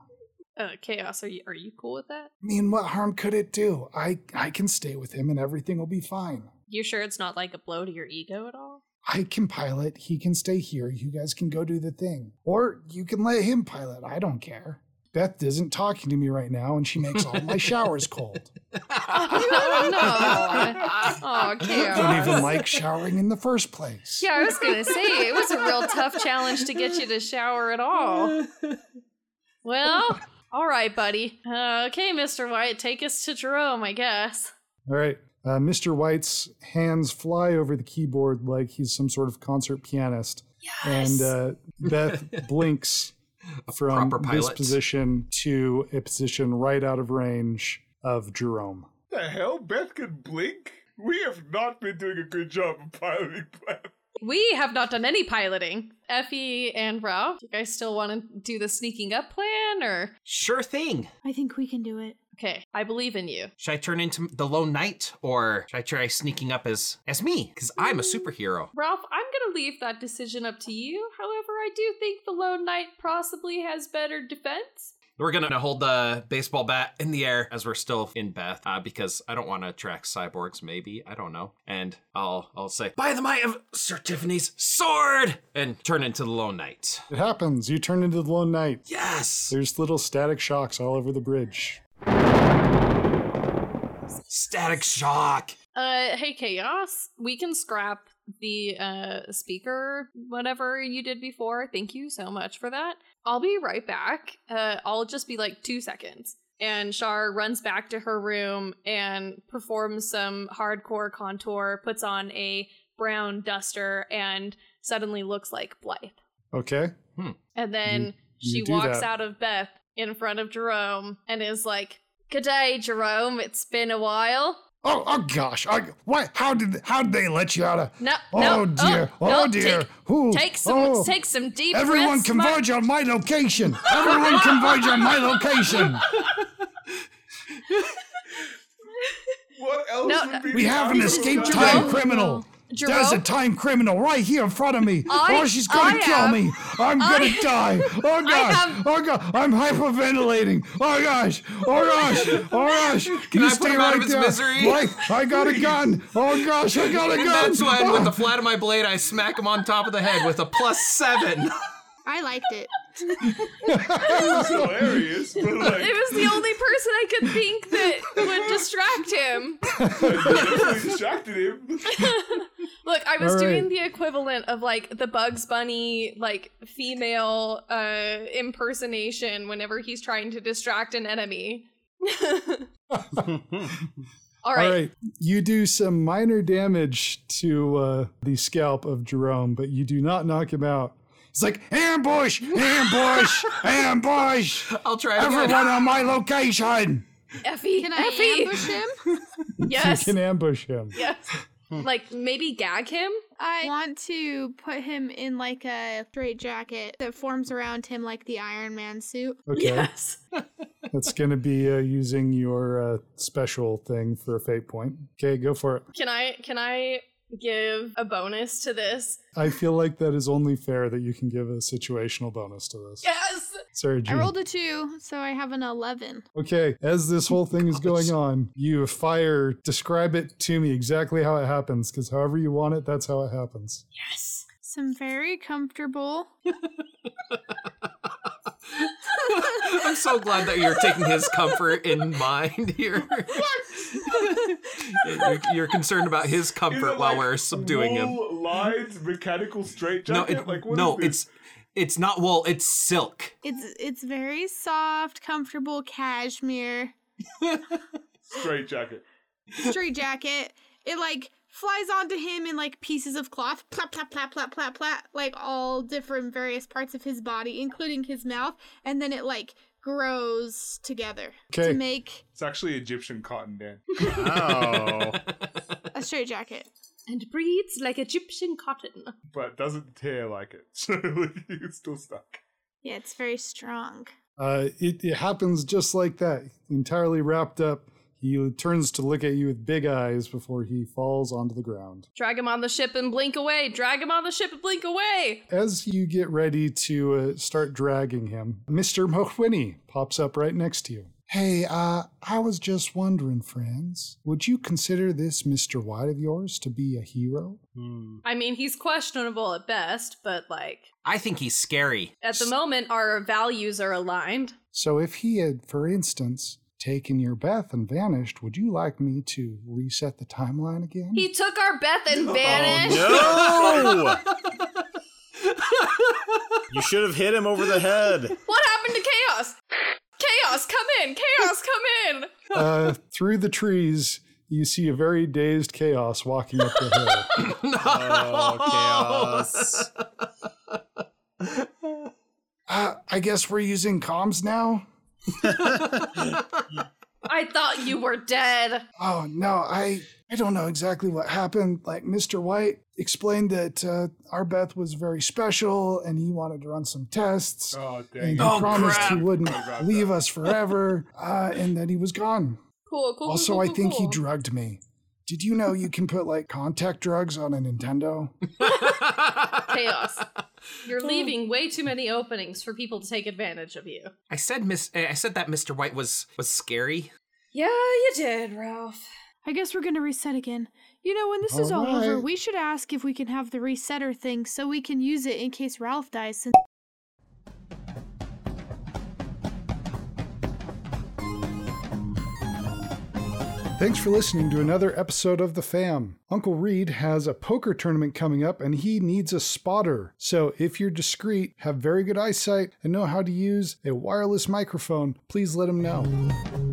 E: Uh, Chaos, are you are you cool with that?
C: I mean, what harm could it do? I, I can stay with him and everything will be fine.
E: You sure it's not like a blow to your ego
C: [LAUGHS]
E: at all?
C: I can pilot. He can stay here. You guys can go do the thing. Or you can let him pilot. I don't care. Beth isn't talking to me right now, and she makes all [LAUGHS] my showers cold.
E: Oh, [LAUGHS] no. Oh,
C: I
E: Chaos.
C: don't even like showering in the first place.
E: Yeah, I was gonna say it was a real tough challenge to get you to shower
C: [LAUGHS]
E: at all. Well, all right, buddy. Uh, okay, Mister White, take us to Jerome, I guess.
M: All right. Uh, Mr. White's hands fly over the keyboard like he's some sort of concert pianist. And uh,
E: [LAUGHS]
M: Beth blinks from
N: proper
M: this
N: pilot.
M: position to a position right out of range of Jerome.
B: The hell, Beth can blink. We have not been doing a good job of piloting Beth.
E: we have not done any piloting. Effie and Ralph, you guys still want to do the sneaking up plan or?
A: Sure thing.
G: I think we can do it.
E: Okay, I believe in you.
A: Should I turn into the lone knight or should I try sneaking up as as me? Because I'm a superhero.
E: Ralph, I'm going to leave that decision up to you. However, I do think the Lone Knight possibly has better defense.
D: We're gonna hold the baseball bat in the air as we're still in Beth, uh, because I don't want to attract cyborgs. Maybe I don't know, and I'll I'll say by the might of Sir Tiffany's sword, and turn into the Lone Knight.
C: It happens. You turn into the Lone Knight.
D: Yes,
C: There's little static shocks all over the bridge.
D: static shock.
E: Uh, hey, Chaos, we can scrap the uh speaker whatever you did before thank you so much for that i'll be right back uh i'll just be like two seconds and shar runs back to her room and performs some hardcore contour puts on a brown duster and suddenly looks like blythe
C: Okay.
E: and then
C: you
E: she
C: do
E: walks
C: that.
E: out of Beth in front of Jerome and is like, Good day, Jerome. It's been a while.
I: Oh, oh gosh! I, why? How did how did they let you out of?
E: No,
I: oh
E: no,
I: dear!
E: oh,
I: Oh,
E: no,
I: dear!
E: take-
I: Who?
E: Take some
I: oh,
E: take some deep
I: Everyone
E: breaths. my-
I: converge on my
E: [LAUGHS]
I: location! Everyone converge on my location!
B: What else
E: No,
B: would be
I: We have an
B: the
I: escaped
B: outcome?
I: time
E: Jerome?
I: criminal!
E: Jerome?
I: There's a time criminal right here in front of me!
E: I-
I: oh, she's gonna
E: I
I: kill
E: have-
I: me! I'm gonna
D: [LAUGHS]
E: I-
I: die! Oh gosh!
E: have-
I: oh gosh! I'm hyperventilating! Oh gosh! Oh gosh! Oh gosh! Can you
D: I put
I: stay
D: him
I: right
D: out of his
I: there.
D: misery?
I: Mike, I got a gun! Oh gosh, I got a gun!
D: That's when,
I: Oh.
D: with the flat of my blade, I smack him on top of the head with a plus seven. [LAUGHS]
O: I liked it.
B: It's hilarious,
I: [LAUGHS]
B: but like,
E: It was the only person I could think that would distract him.
B: definitely distracted him.
E: Look, I was
C: All
E: doing
C: right.
E: the equivalent of like the Bugs Bunny like female uh impersonation whenever he's trying to distract an enemy. [LAUGHS] All
C: All
E: right.
C: right. You do some minor damage to uh, the scalp of Jerome, but you do not knock him out.
I: It's like ambush!
D: [LAUGHS]
I: Ambush! ambush!
D: I'll try again. [LAUGHS]
I: Everyone on my location!
E: Effie,
O: Can I
E: Effie.
C: [LAUGHS]
O: ambush him?
E: Yes.
C: You can Hmm. ambush him.
E: yes. Like maybe gag him?
O: I want to put him in like a straight jacket that forms around him like the Iron Man suit.
C: Okay.
E: Yes.
C: That's going to be uh, using your uh, special thing for a fate point. Okay, go for it.
E: Can I can I give a bonus to this?
C: I feel like that is only fair that you can give a situational bonus to this.
E: Yes.
C: Sorry,
O: I
C: Gene.
O: rolled a two, so I have an 11.
C: Okay, as this whole thing is going on, you fire, describe it to me exactly how it happens, because however you want it, that's how it happens.
E: Yes.
O: Some very comfortable.
D: I'm so glad that you're taking his comfort in mind here. [LAUGHS] you're, you're concerned about his
B: Is
D: comfort
B: it,
D: while
B: like,
D: we're subduing him.
B: wool Lines, mechanical
D: No,
B: straitjacket.
D: it,
B: like what
D: no,
B: is this?
D: it's it's not wool. It's silk.
O: It's it's very soft, comfortable cashmere
B: straitjacket.
O: straight jacket. It like flies onto him in like pieces of cloth, plap plap plap plap plap plap, like all different various parts of his body, including his mouth, and then it like grows together
C: Okay.
O: to make
B: It's actually Egyptian cotton, Dan.
D: [LAUGHS]
F: Oh.
O: a straight jacket.
E: And breathes like Egyptian cotton.
B: but doesn't tear like it. [LAUGHS] So like, it's still stuck.
O: Yeah, it's very strong.
C: Uh, it, it happens just like that, entirely wrapped up. He turns to look at you with big eyes before he falls onto the ground.
E: Drag him on the ship and blink away. Drag him on the ship and blink away.
C: As you get ready to uh, start dragging him, Mr. Mohwini pops up right next to you.
I: Hey, uh, I was just wondering, friends, would you consider this Mr. White of yours to be a hero?
E: I mean, he's questionable at best, but like
A: I think he's scary.
E: at the moment our values are aligned.
I: So if he had, for instance, taken your Beth and vanished, would you like me to reset the timeline again?
E: He took our Beth and
C: Oh,
E: vanished.
F: No! you should have hit him over the head.
E: [LAUGHS] What happened to Chaos? Chaos, come in. Chaos, come in.
C: Uh, through the trees, you see a very dazed chaos walking up the hill.
F: [LAUGHS] Oh, chaos.
I: [LAUGHS] uh, I guess we're using comms now?
E: I thought you were dead.
I: Oh, no, I
C: I don't know exactly what happened. Like Mr. White explained that uh, our Beth was very special and he wanted to run some tests.
B: Oh, dang
C: and he
B: it. Oh,
C: promised he
B: crap.
C: wouldn't
B: Forgot
C: leave us forever uh, and that he was gone.
E: Cool,
B: Oh,
E: cool.
C: also,
E: cool,
C: I
E: cool,
C: think
B: [LAUGHS]
C: he
E: cool.
C: drugged me. Did you know you can put like contact drugs on a Nintendo?
E: [LAUGHS] chaos. You're leaving way too many openings for people to take advantage of you.
D: [LAUGHS] I said Miss. eh, I said that Mr. White was was scary.
E: Yeah, you did, Ralph.
G: I guess we're gonna reset again. You know, when this is all over, we should ask if we can have the resetter thing so we can use it in case Ralph dies. Since
P: Thanks for listening to another episode of The Fam. Uncle Reed has a poker tournament coming up and he needs a spotter. So, if you're discreet, have very good eyesight, and know how to use a wireless microphone, please let him know.